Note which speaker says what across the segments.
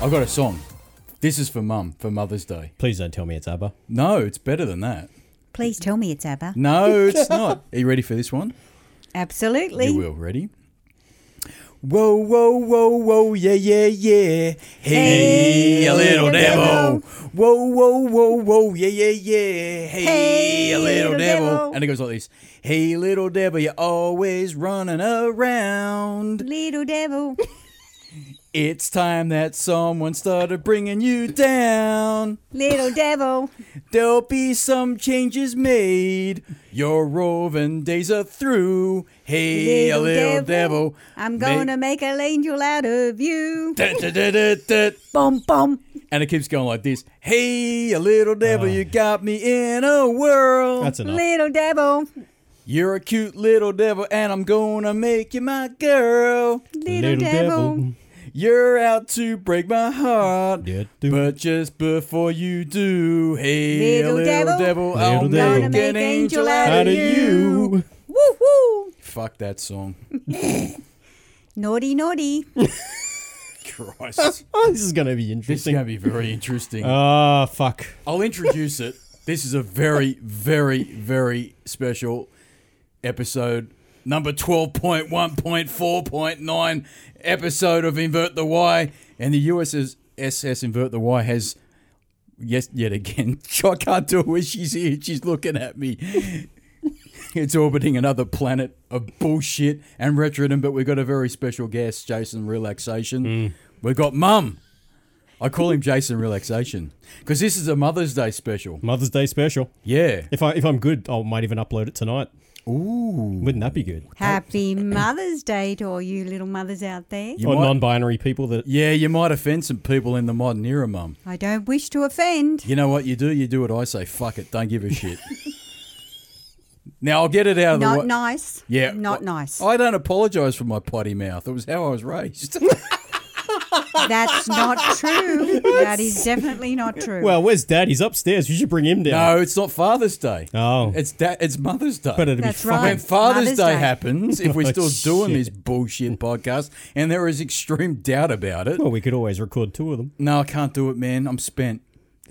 Speaker 1: got a song. This is for Mum for Mother's Day.
Speaker 2: Please don't tell me it's ABBA.
Speaker 1: No, it's better than that.
Speaker 3: Please tell me it's ABBA.
Speaker 1: No, it's not. Are you ready for this one? You
Speaker 3: Absolutely.
Speaker 1: will. Ready? Whoa, whoa, whoa, whoa, yeah, yeah, yeah. Hey, a little devil. Whoa, whoa, whoa, whoa, yeah, yeah, yeah. Hey, a little devil. And it goes like this. Hey, little devil, you're always running around.
Speaker 3: Little devil.
Speaker 1: It's time that someone started bringing you down.
Speaker 3: Little devil.
Speaker 1: There'll be some changes made. Your roving days are through. Hey, a little devil.
Speaker 3: I'm
Speaker 1: Ma-
Speaker 3: going to make an angel out of you.
Speaker 1: Dun, dun, dun, dun, dun.
Speaker 3: Bum, bum.
Speaker 1: And it keeps going like this. Hey, a little devil, you got me in a whirl.
Speaker 2: Uh. That's enough.
Speaker 3: Oh, Little devil.
Speaker 1: You're a cute little devil, and I'm gonna make you my girl.
Speaker 3: Little, devil.
Speaker 1: You're out to break my heart.
Speaker 2: Yeah, do.
Speaker 1: But just before you do, hey, a
Speaker 3: Little
Speaker 1: little
Speaker 3: devil.
Speaker 1: devil,
Speaker 2: Little
Speaker 1: I'll
Speaker 2: devil.
Speaker 1: make an angel
Speaker 2: How
Speaker 1: out
Speaker 2: do
Speaker 1: of you.
Speaker 2: you?
Speaker 3: Woo woo.
Speaker 1: Fuck that song.
Speaker 3: Naughty, naughty.
Speaker 1: Christ.
Speaker 2: Oh, this is going to be
Speaker 1: this is gonna
Speaker 2: interesting.
Speaker 1: be very interesting.
Speaker 2: Ah, fuck.
Speaker 1: Uh, I'll introduce it. This is a very, very, very special episode. Number 12.1.4.9 episode of Invert the Y. And the USS Invert the Y has, yes, yet again, I can't do it when she's here. She's looking at me. It's orbiting another planet of bullshit and retrodom, but we've got a very special guest, Jason Relaxation. We've got Mum. I call him Jason Relaxation because this is a Mother's Day special.
Speaker 2: Mother's Day special.
Speaker 1: Yeah.
Speaker 2: If I if I'm good, I might even upload it tonight. Ooh. Wouldn't that be good?
Speaker 3: Happy Mother's Day to all you little mothers out there.
Speaker 1: You
Speaker 2: or
Speaker 1: might-
Speaker 2: non-binary people that
Speaker 1: Yeah, you might offend some people in the modern era, Mum.
Speaker 3: I don't wish to offend.
Speaker 1: You know what you do? You do what I say. Fuck it. Don't give a shit. now, I'll get it out of the
Speaker 3: Not
Speaker 1: way.
Speaker 3: nice.
Speaker 1: Yeah. Oh.
Speaker 3: Not
Speaker 1: I-
Speaker 3: nice.
Speaker 1: I don't apologise for my potty mouth. It was how I was raised.
Speaker 3: That's not true. that is definitely not true.
Speaker 2: Well, where's Dad? He's upstairs. You should bring him down.
Speaker 1: no, it's not Father's Day.
Speaker 2: Oh.
Speaker 1: It's da- It's Mother's Day.
Speaker 2: but it'd
Speaker 3: That's
Speaker 2: be fucking
Speaker 1: when
Speaker 3: right.
Speaker 1: Father's
Speaker 3: Mother's
Speaker 1: Day,
Speaker 3: Day.
Speaker 1: happens, if we're
Speaker 2: Oh,
Speaker 1: still doing
Speaker 2: shit.
Speaker 1: this bullshit podcast, and there is extreme doubt about it,
Speaker 2: Well, we could always record two of them.
Speaker 1: no, I can't do it, man. I'm spent.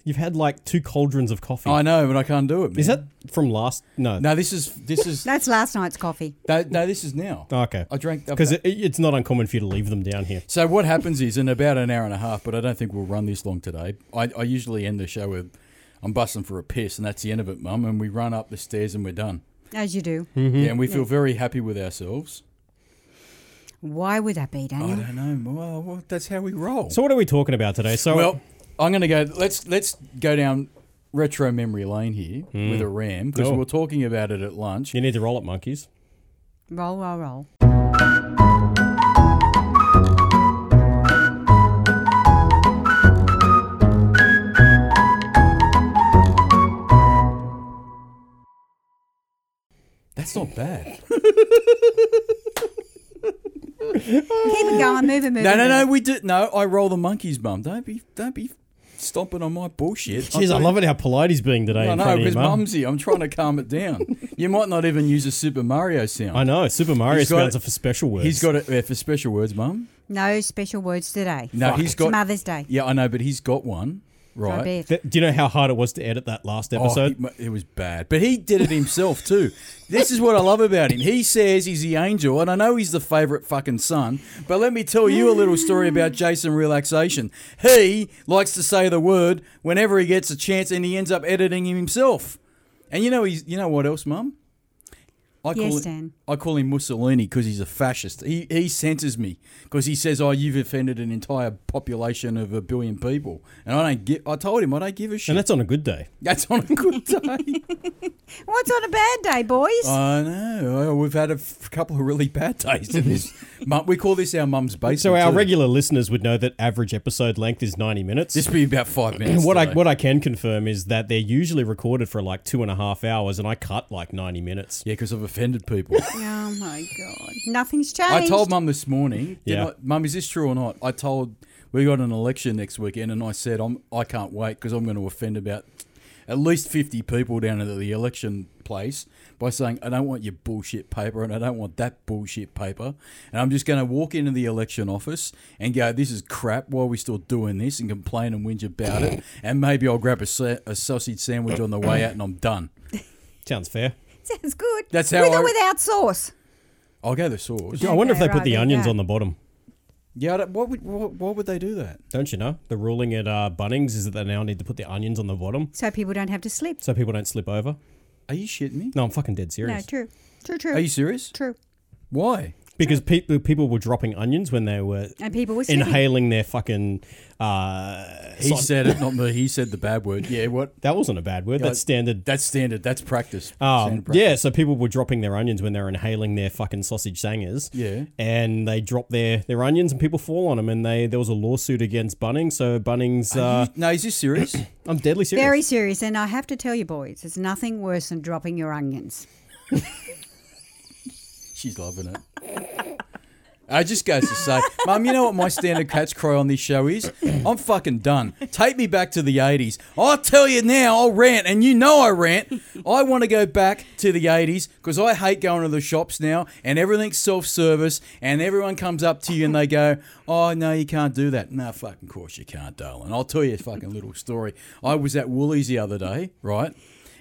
Speaker 2: You've had like two cauldrons of coffee.
Speaker 1: I know, but I can't do it. Man.
Speaker 2: Is that from last? No.
Speaker 1: No, this is this is
Speaker 3: That's last night's coffee.
Speaker 1: no, no, this is now.
Speaker 2: Oh, Okay.
Speaker 1: I drank I've-
Speaker 2: Because it, it's not uncommon for you to leave them down here.
Speaker 1: So what happens is in about an hour and a half, but I don't think we'll run this long today. I, I usually end the show with I'm busting for a piss, and that's the end of it, Mum. And we run up the stairs and we're done.
Speaker 3: As you do.
Speaker 1: Mm-hmm. Yeah, and we feel very happy with ourselves.
Speaker 3: Why would that be,
Speaker 1: I
Speaker 3: Daniel?
Speaker 1: don't know. Well, well, that's how we roll.
Speaker 2: So what are we talking about today? So
Speaker 1: Well, I'm going to go. Let's let's go down retro memory lane here with a ram because
Speaker 2: Cool.
Speaker 1: we were talking about it at lunch.
Speaker 2: you need to roll up, monkeys.
Speaker 3: Roll, roll, roll.
Speaker 1: That's not bad.
Speaker 3: Keep it going. Move it, move
Speaker 1: no, no,
Speaker 3: it. move
Speaker 1: no.
Speaker 3: it.
Speaker 1: We did no. I roll the monkeys, Mum. Don't be don't be stomping on my bullshit.
Speaker 2: Jeez, I love it how polite he's being today.
Speaker 1: I
Speaker 2: in
Speaker 1: know
Speaker 2: front of
Speaker 1: because
Speaker 2: your mum.
Speaker 1: Mum's here. I'm trying to calm it down. you might not even use a Super Mario sound.
Speaker 2: I know. Super Mario
Speaker 1: He's got-
Speaker 2: sounds are for special words.
Speaker 1: He's got it uh, for special words, Mum.
Speaker 3: No special words today.
Speaker 1: No, he's got
Speaker 3: It's Mother's Day.
Speaker 1: Yeah, I know, but he's got one
Speaker 3: I
Speaker 1: right.
Speaker 3: bet.
Speaker 2: Th- do you know how hard it was to edit that last
Speaker 1: Oh,
Speaker 2: episode?
Speaker 1: he mu- it was bad. But he did it himself too. this is what I love about him. He says he's the angel, and I know he's the favourite fucking son, but let me tell you a little story about Jason Relaxation. He likes to say the word whenever he gets a chance, and he ends up editing him himself. And you know he's you know what else, Mum? I
Speaker 3: Yes,
Speaker 1: him,
Speaker 3: Dan.
Speaker 1: I call him Mussolini because he's a fascist. He he censors me because he says, "Oh, you've offended an entire population of a billion people," and I don't give. I told him I don't give a shit.
Speaker 2: and that's on a good day.
Speaker 1: That's on a good day.
Speaker 3: What's on a bad day, boys?
Speaker 1: I know. We've had a f- couple of really bad days in this. Mum, we call this our mum's basement.
Speaker 2: So our
Speaker 1: too.
Speaker 2: regular listeners would know that average episode length is ninety minutes.
Speaker 1: This be about five minutes.
Speaker 2: and what I
Speaker 1: today.
Speaker 2: what I can confirm is that they're usually recorded for like two and a half hours, and I cut like ninety minutes.
Speaker 1: Yeah, because I've offended people.
Speaker 3: oh my god, nothing's changed.
Speaker 1: I told Mum this morning. didn't
Speaker 2: Yeah.
Speaker 1: I- Mum, is this true or not? I told we got an election next weekend, and I said I'm I can't wait because I'm going to offend about at least 50 people down at the election place by saying, I don't want your bullshit paper and I don't want that bullshit paper. And I'm just going to walk into the election office and go, this is crap. Why are we still doing this? And complain and whinge about it. And maybe I'll grab a, sa- a sausage sandwich on the way out and I'm done.
Speaker 2: Sounds fair.
Speaker 3: Sounds good.
Speaker 1: That's how
Speaker 3: With
Speaker 1: I-
Speaker 3: or without sauce.
Speaker 1: I'll go the sauce.
Speaker 2: I wonder if they
Speaker 3: Okay,
Speaker 2: put
Speaker 3: right,
Speaker 2: the
Speaker 3: there's
Speaker 2: onions
Speaker 3: that.
Speaker 2: on the bottom.
Speaker 1: Yeah, I don't- why would, why, why would they do that?
Speaker 2: Don't you know? The ruling at uh, Bunnings is that they now need to put the onions on the bottom
Speaker 3: So people don't have to slip.
Speaker 2: so people don't slip over.
Speaker 1: Are you shitting me?
Speaker 2: No, I'm fucking dead
Speaker 3: No,
Speaker 2: serious.
Speaker 3: true. True, true.
Speaker 1: Are you serious?
Speaker 3: true.
Speaker 1: Why?
Speaker 2: because people people were dropping onions when they were
Speaker 3: And people were slipping.
Speaker 2: inhaling their fucking. Uh,
Speaker 1: He
Speaker 2: so-
Speaker 1: said it, not me. He said the bad word. Yeah, what?
Speaker 2: that wasn't a bad word.
Speaker 1: Yeah,
Speaker 2: That's standard.
Speaker 1: That's standard. That's practice.
Speaker 2: Um,
Speaker 1: Standard practice.
Speaker 2: yeah, so people were dropping their onions when they were inhaling their fucking sausage sangers.
Speaker 1: Yeah.
Speaker 2: and they drop their their onions and people fall on them. And they there was a lawsuit against Bunnings. So Bunnings, uh,
Speaker 1: no, is this serious?
Speaker 2: I'm deadly serious.
Speaker 3: Very serious. And I have to tell you, boys, it's nothing worse than dropping your onions.
Speaker 1: She's loving it. I just goes to say, Mum, you know what my standard cat's cry on this show is? I'm fucking done. Take me back to the 80s. I'll tell you now, I'll rant, and you know I rant. I want to go back to the 80s because I hate going to the shops now and everything's self service and everyone comes up to you and they go, Oh, no, you can't do that. No, fucking course you can't, darling. I'll tell you a fucking little story. I was at Woolies the other day, right?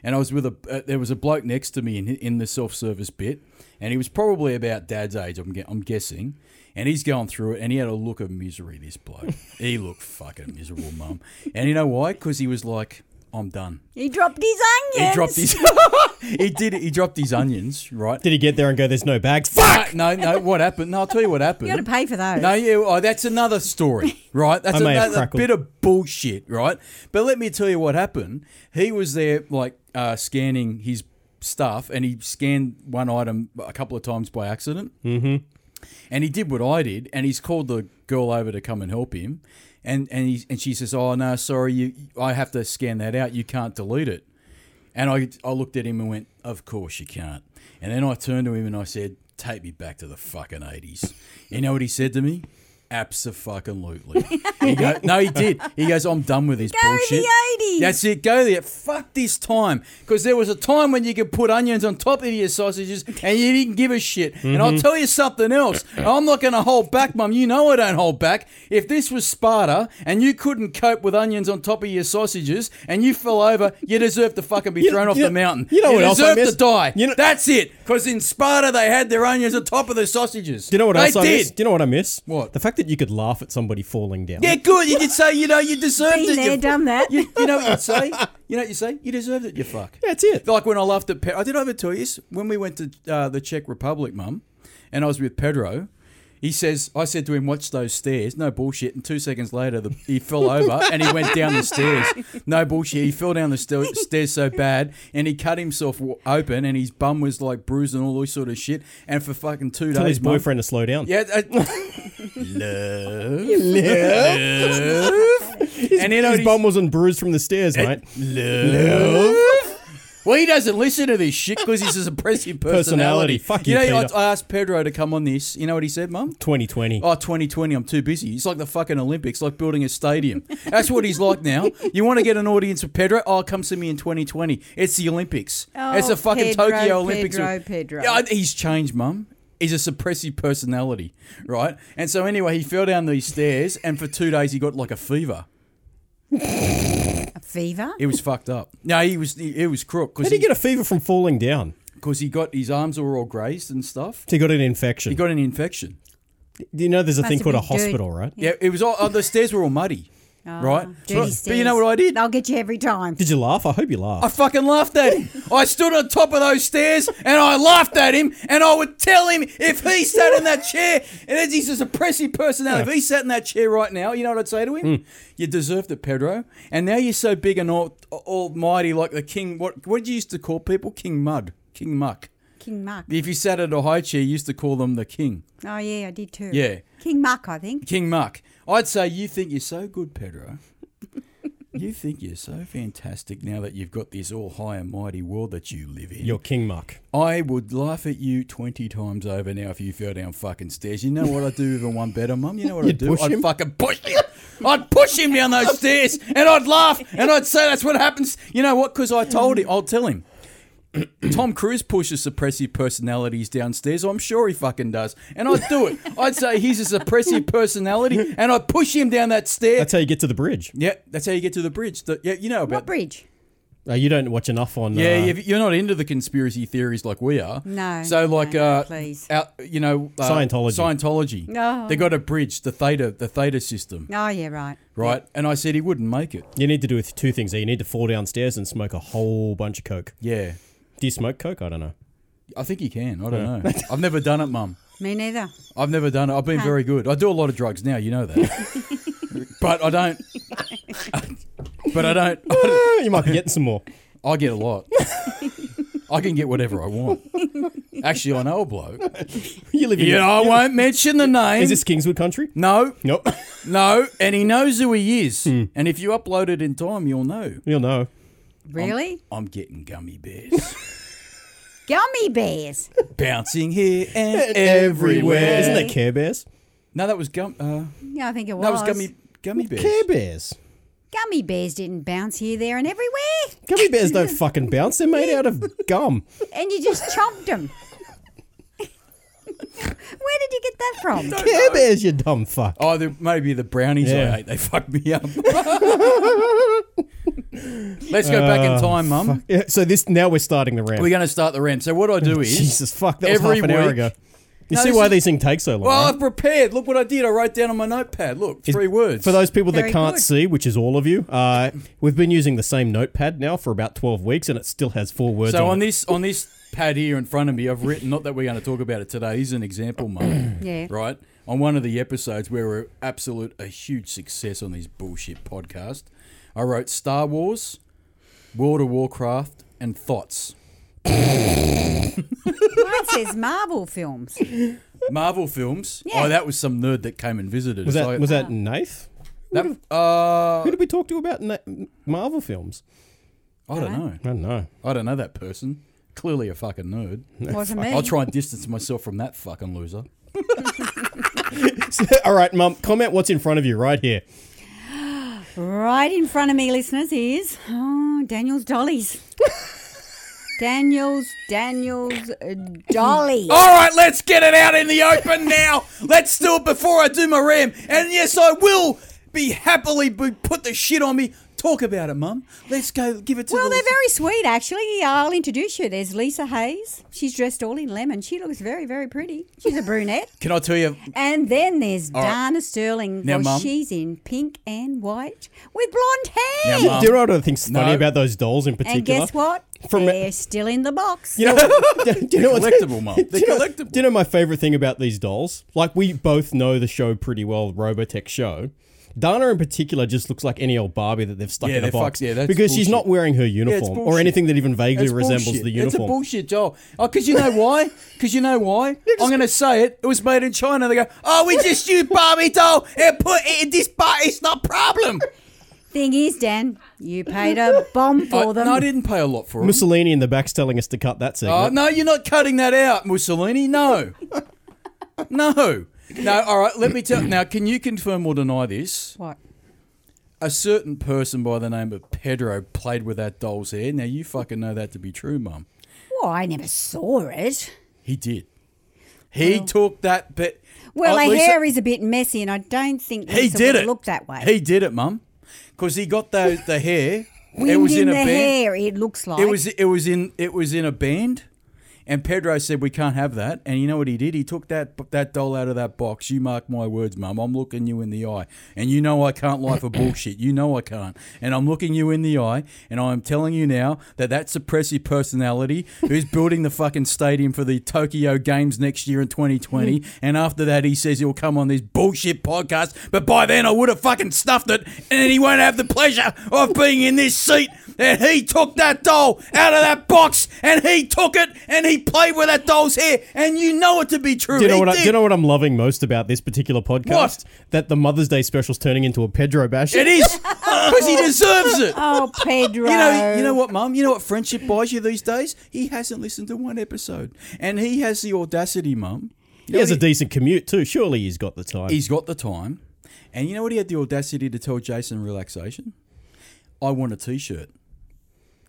Speaker 1: and I was with a uh, there was a bloke next to me in in the self service bit, and he was probably about dad's age. I'm gue- I'm guessing, and he's going through it, and he had a look of misery. This bloke, he looked fucking miserable, mum. And you know why? Because he was like, I'm done.
Speaker 3: He dropped his onions.
Speaker 1: He dropped his he did he dropped his onions right.
Speaker 2: Did he get there and go? There's no bags. Fuck.
Speaker 1: No, no. What happened? No, I'll tell you what happened.
Speaker 3: You got to pay for those.
Speaker 1: No, yeah, oh, that's another story, right? That's
Speaker 2: I may have
Speaker 1: another
Speaker 2: crackled.
Speaker 1: bit of bullshit, right? But let me tell you what happened. He was there, like, uh, scanning his stuff, and he scanned one item a couple of times by accident. Mm-hmm. And he did what I did, and he's called the girl over to come and help him. And and he, and she says, "Oh no, sorry, you, I have to scan that out. You can't delete it." And I, I looked at him and went, Of course you can't. And then I turned to him and I said, Take me back to the fucking 80s. You know what he said to me? Absolutely. he go, no, he did. He goes, I'm done with this
Speaker 3: to
Speaker 1: bullshit.
Speaker 3: the 80s.
Speaker 1: That's it. Go there. Fuck this time. Because there was a time when you could put onions on top of your sausages and you didn't give a shit. And I'll tell you something else. I'm not going to hold back, Mum. You know I don't hold back. If this was Sparta and you couldn't cope with onions on top of your sausages and you fell over, you deserve to fucking be
Speaker 2: You-
Speaker 1: thrown off
Speaker 2: you-
Speaker 1: the mountain.
Speaker 2: you know what else
Speaker 1: deserve
Speaker 2: I
Speaker 1: to
Speaker 2: missed?
Speaker 1: die.
Speaker 2: You know-
Speaker 1: That's it. Because in Sparta they had their onions on top of the sausages.
Speaker 2: Do you know what
Speaker 1: they
Speaker 2: else I
Speaker 1: did.
Speaker 2: miss? Do you know what I miss?
Speaker 1: What?
Speaker 2: The fact that you could laugh at somebody falling down.
Speaker 1: Yeah, good. You could say, you know, you deserved
Speaker 3: Been
Speaker 1: it.
Speaker 3: there,
Speaker 1: you-
Speaker 3: done that.
Speaker 1: You, you know what you'd say? You know what you say? You deserved it. You fuck.
Speaker 2: That's it.
Speaker 1: Like when I laughed at Pedro. I did over tell you this. When we went to uh, the Czech Republic, mum, and I was with Pedro, he says, I said to him, watch those stairs. No bullshit. And two seconds later, the, he fell over and he went down the stairs. No bullshit. He fell down the sta- stairs so bad and he cut himself w- open and his bum was like bruised and all this sort of shit. And for fucking two
Speaker 2: Tell
Speaker 1: days,
Speaker 2: his
Speaker 1: mum-
Speaker 2: boyfriend to slow down.
Speaker 1: yeah. I, love. Love. And you know,
Speaker 2: His
Speaker 1: he's-
Speaker 2: bum wasn't bruised from the stairs, mate.
Speaker 1: Love. Well, he doesn't listen to this shit because he's a suppressive personality.
Speaker 2: Personality. Fuck
Speaker 1: you.
Speaker 2: you,
Speaker 1: know,
Speaker 2: Peter.
Speaker 1: I, I asked Pedro to come on this. You know what he said, Mum?
Speaker 2: 2020.
Speaker 1: Oh, 2020, I'm too busy. It's like the fucking Olympics, like building a stadium. That's what he's like now. You want to get an audience with Pedro? Oh, come see me in 2020. It's the Olympics.
Speaker 3: Oh,
Speaker 1: it's the fucking
Speaker 3: Pedro,
Speaker 1: Tokyo Olympics.
Speaker 3: Pedro, Pedro.
Speaker 1: Yeah, I- he's changed, mum. He's a suppressive personality, right? And so anyway, he fell down these stairs, and for two days he got like a fever.
Speaker 3: A fever?
Speaker 1: It was fucked up. No, he was he, it was crook
Speaker 2: How
Speaker 1: because
Speaker 2: do
Speaker 1: he,
Speaker 2: you get a fever from falling down?
Speaker 1: 'cause he got his arms were all grazed and stuff.
Speaker 2: So you got an infection.
Speaker 1: He got an infection.
Speaker 2: you know, there's a
Speaker 3: Must
Speaker 2: thing
Speaker 3: have
Speaker 2: called a
Speaker 3: been dirty.
Speaker 2: hospital, right?
Speaker 1: Yeah, it was all oh, the stairs were all muddy, right?
Speaker 3: Ah, Oh, Dirty
Speaker 1: But- but you
Speaker 3: stairs.
Speaker 1: know what I did?
Speaker 3: They'll get you every time.
Speaker 2: Did you laugh? I hope you laughed.
Speaker 1: I fucking laughed at him. I stood on top of those stairs and I laughed at him and I would tell him if he sat in that chair and as he's a suppressive personality, if he sat in that chair right now, you know what I'd say to him? You deserved it, Pedro. And now you're so big and all, almighty like the king. What what did you used to call people? King Mud, King Muck.
Speaker 3: King Mark.
Speaker 1: If you sat at a high chair, you used to call them the king.
Speaker 3: Oh, yeah, I did too.
Speaker 1: Yeah.
Speaker 3: King Mark, I think.
Speaker 1: King Muck. I'd say you think you're so good, Pedro. you think you're so fantastic now that you've got this all high and mighty world that you live in.
Speaker 2: You're King Mark.
Speaker 1: I would laugh at you 20 times over now if you fell down fucking stairs. You know what I'd do even one better, Mum? You know what I'd do?
Speaker 2: push
Speaker 1: I'd
Speaker 2: him?
Speaker 1: fucking push you. I'd push him down those stairs and I'd laugh and I'd say that's what happens. You know what? Because I told him, I'll tell him. Tom Cruise pushes suppressive personalities downstairs. I'm sure he fucking does. And I'd do it. I'd say he's a suppressive personality and I'd push him down that stair.
Speaker 2: That's how you get to the bridge.
Speaker 1: yeah, that's how you get to the bridge. The- yeah, you know about
Speaker 3: What bridge?
Speaker 2: Uh, you don't watch enough on.
Speaker 1: Yeah,
Speaker 2: uh,
Speaker 1: if you're not into the conspiracy theories like we are.
Speaker 3: No,
Speaker 1: So
Speaker 3: no,
Speaker 1: like,
Speaker 3: no,
Speaker 1: uh,
Speaker 3: please.
Speaker 1: Out, you know, uh,
Speaker 2: Scientology.
Speaker 1: Scientology.
Speaker 3: Oh.
Speaker 1: They got a bridge, the theta, the theta system,
Speaker 3: Oh, yeah, right.
Speaker 1: right? And I said he wouldn't make it.
Speaker 2: You need to do with two things. there. You need to fall downstairs and smoke a whole bunch of coke.
Speaker 1: Yeah.
Speaker 2: Do you smoke coke? I don't know.
Speaker 1: I think he can. I don't know. I've never done it, Mum.
Speaker 3: Me neither.
Speaker 1: I've never done it. I've been very good. I do a lot of drugs now. You know that. but I don't. but I don't.
Speaker 2: Eh, you might be getting some more.
Speaker 1: I get a lot. I can get whatever I want. Actually, I know a bloke.
Speaker 2: You live in.
Speaker 1: Yeah, I won't mention the name.
Speaker 2: Is this Kingswood country?
Speaker 1: no,
Speaker 2: Nope.
Speaker 1: No, and he knows who he is.
Speaker 2: Hmm.
Speaker 1: And if you upload it in time, you'll know.
Speaker 2: You'll know.
Speaker 3: Really?
Speaker 1: I'm getting gummy bears.
Speaker 3: Gummy bears.
Speaker 1: Bouncing here and everywhere.
Speaker 2: Isn't that Care Bears?
Speaker 1: No, that was gum. Uh,
Speaker 3: Yeah, I think it was.
Speaker 1: that was gummy gummy bears.
Speaker 2: Care Bears.
Speaker 3: Gummy bears didn't bounce here, there, and everywhere.
Speaker 2: Gummy bears don't fucking bounce. They're made out of gum.
Speaker 3: And you just chomped them. Where did you get that from?
Speaker 2: Care Bears, you dumb fuck.
Speaker 1: Oh, the, maybe the brownies
Speaker 2: Yeah.
Speaker 1: I ate. They fucked me up. Let's go back
Speaker 2: Ah,
Speaker 1: in time, Mum.
Speaker 2: Yeah, so this now we're starting the
Speaker 1: We're
Speaker 2: round.
Speaker 1: going to start the rant. So what I do is,
Speaker 2: Jesus fuck, that was half
Speaker 1: every
Speaker 2: an hour
Speaker 1: week-
Speaker 2: ago. You
Speaker 1: No,
Speaker 2: see
Speaker 1: this
Speaker 2: why
Speaker 1: is-
Speaker 2: these things take so long.
Speaker 1: well,
Speaker 2: right?
Speaker 1: I've prepared. Look what I did. I wrote down on my notepad. Look, three words.
Speaker 2: For those people that
Speaker 3: Very
Speaker 2: can't
Speaker 3: good.
Speaker 2: see, which is all of you, uh, we've been using the same notepad now for about 12 weeks and it still has four words
Speaker 1: so
Speaker 2: on,
Speaker 1: on
Speaker 2: it.
Speaker 1: this on this pad here in front of me, I've written. Not that we're going to talk about it today. Here's an example, Mum.
Speaker 3: Yeah.
Speaker 1: right? On one of the episodes where we're absolute a huge success on these bullshit podcast, I wrote Star Wars, World of Warcraft, and thoughts.
Speaker 3: Mine says Marvel films.
Speaker 1: Marvel films.
Speaker 3: Yeah.
Speaker 1: Oh, that was some nerd that came and visited
Speaker 2: Was
Speaker 1: us.
Speaker 2: that,
Speaker 1: I-
Speaker 2: was
Speaker 3: Ah.
Speaker 2: that Nath?
Speaker 1: that- uh,
Speaker 2: Who did we talk to about Na- Marvel films?
Speaker 1: I don't know.
Speaker 2: I don't know.
Speaker 1: I don't know that person. Clearly a fucking nerd.
Speaker 3: Wasn't me.
Speaker 1: I'll try and distance myself from that fucking loser.
Speaker 2: all right, Mum, comment what's in front of you right here.
Speaker 3: Right in front of me, listeners, is oh, Daniel's dollies. Daniel's, Daniel's uh, dolly.
Speaker 1: All right, let's get it out in the open now. Let's do it before I do my ram. And yes, I will be happily be put the shit on me. Talk about it, Mum. Let's go give it to
Speaker 3: Well,
Speaker 1: the
Speaker 3: they're very sweet, actually. I'll introduce you. There's Lisa Hayes. She's dressed all in lemon. She looks very, very pretty. She's a brunette.
Speaker 1: Can I tell you?
Speaker 3: And then there's
Speaker 1: right.
Speaker 3: Dana Sterling.
Speaker 1: Now,
Speaker 3: well,
Speaker 1: Mum.
Speaker 3: she's in pink and white with blonde hair.
Speaker 1: Now, Mum.
Speaker 2: Do you know what I think's funny
Speaker 1: No.
Speaker 2: about those dolls in particular?
Speaker 3: and guess what?
Speaker 2: From-
Speaker 3: they're still in the box.
Speaker 2: You know, what- do you know what's-
Speaker 1: Collectible, Mum.
Speaker 2: Do you, know,
Speaker 1: They're collectible.
Speaker 2: do you know my favorite thing about these dolls? Like we both know the show pretty well, Robotech show. Dana in particular just looks like any old Barbie that they've stuck
Speaker 1: Yeah,
Speaker 2: in a
Speaker 1: they're
Speaker 2: box
Speaker 1: fucks- yeah, that's
Speaker 2: because she's
Speaker 1: bullshit.
Speaker 2: not wearing her uniform or
Speaker 1: bullshit.
Speaker 2: anything that even vaguely
Speaker 1: It's
Speaker 2: resembles
Speaker 1: bullshit.
Speaker 2: the
Speaker 1: It's a
Speaker 2: uniform.
Speaker 1: bullshit doll. Oh, because you know why? Because you know why? I'm going to say it. It was made in China. They go, oh, we just use Barbie doll and put it in this bar. It's not problem.
Speaker 3: Thing is, Dan, you paid a bomb for
Speaker 1: I,
Speaker 3: them.
Speaker 1: no, I didn't pay a lot for it.
Speaker 2: Mussolini in the back's telling us to cut that
Speaker 1: Oh,
Speaker 2: segment.
Speaker 1: no, you're not cutting that out, Mussolini. No. no. No, all right, let me tell. Now, can you confirm or deny this?
Speaker 3: What?
Speaker 1: A certain person by the name of Pedro played with that doll's hair. Now, you fucking know that to be true, Mum.
Speaker 3: Well, I never saw it.
Speaker 1: He did. He took that bit.
Speaker 3: Well,
Speaker 1: Oh,
Speaker 3: her
Speaker 1: Lisa-
Speaker 3: hair is a bit messy, and I don't think Lisa
Speaker 1: He did
Speaker 3: would've
Speaker 1: it.
Speaker 3: looked that way.
Speaker 1: He did it, Mum, because he got the the hair.
Speaker 3: Wind
Speaker 1: it was in,
Speaker 3: the
Speaker 1: a band.
Speaker 3: hair, it looks like.
Speaker 1: It was it was in it was in a band, and Pedro said we can't have that. And you know what he did? He took that that doll out of that box. You mark my words, Mum. I'm looking you in the eye, and you know I can't lie for bullshit. You know I can't, and I'm looking you in the eye, and I'm telling you now that that suppressive personality who's building the fucking stadium for the Tokyo Games next year in 2020, and after that he says he'll come on this bullshit podcast, but by then I would have fucking stuffed it, and he won't have the pleasure of being in this seat. And he took that doll out of that box, and he took it, and he played with that doll's hair, and you know it to be true.
Speaker 2: Do you, know
Speaker 1: He
Speaker 2: what I,
Speaker 1: did.
Speaker 2: do you know what I'm loving most about this particular
Speaker 1: What?
Speaker 2: podcast? That the Mother's Day special's turning into a Pedro bash.
Speaker 1: It is because he deserves it.
Speaker 3: Oh, Pedro.
Speaker 1: You know, you know what, Mum? You know what friendship buys you these days? He hasn't listened to one episode, and he has the audacity, Mum.
Speaker 2: He has a decent commute too. Surely he's got the time.
Speaker 1: He's got the time. And you know what he had the audacity to tell Jason Relaxation? I want a t shirt.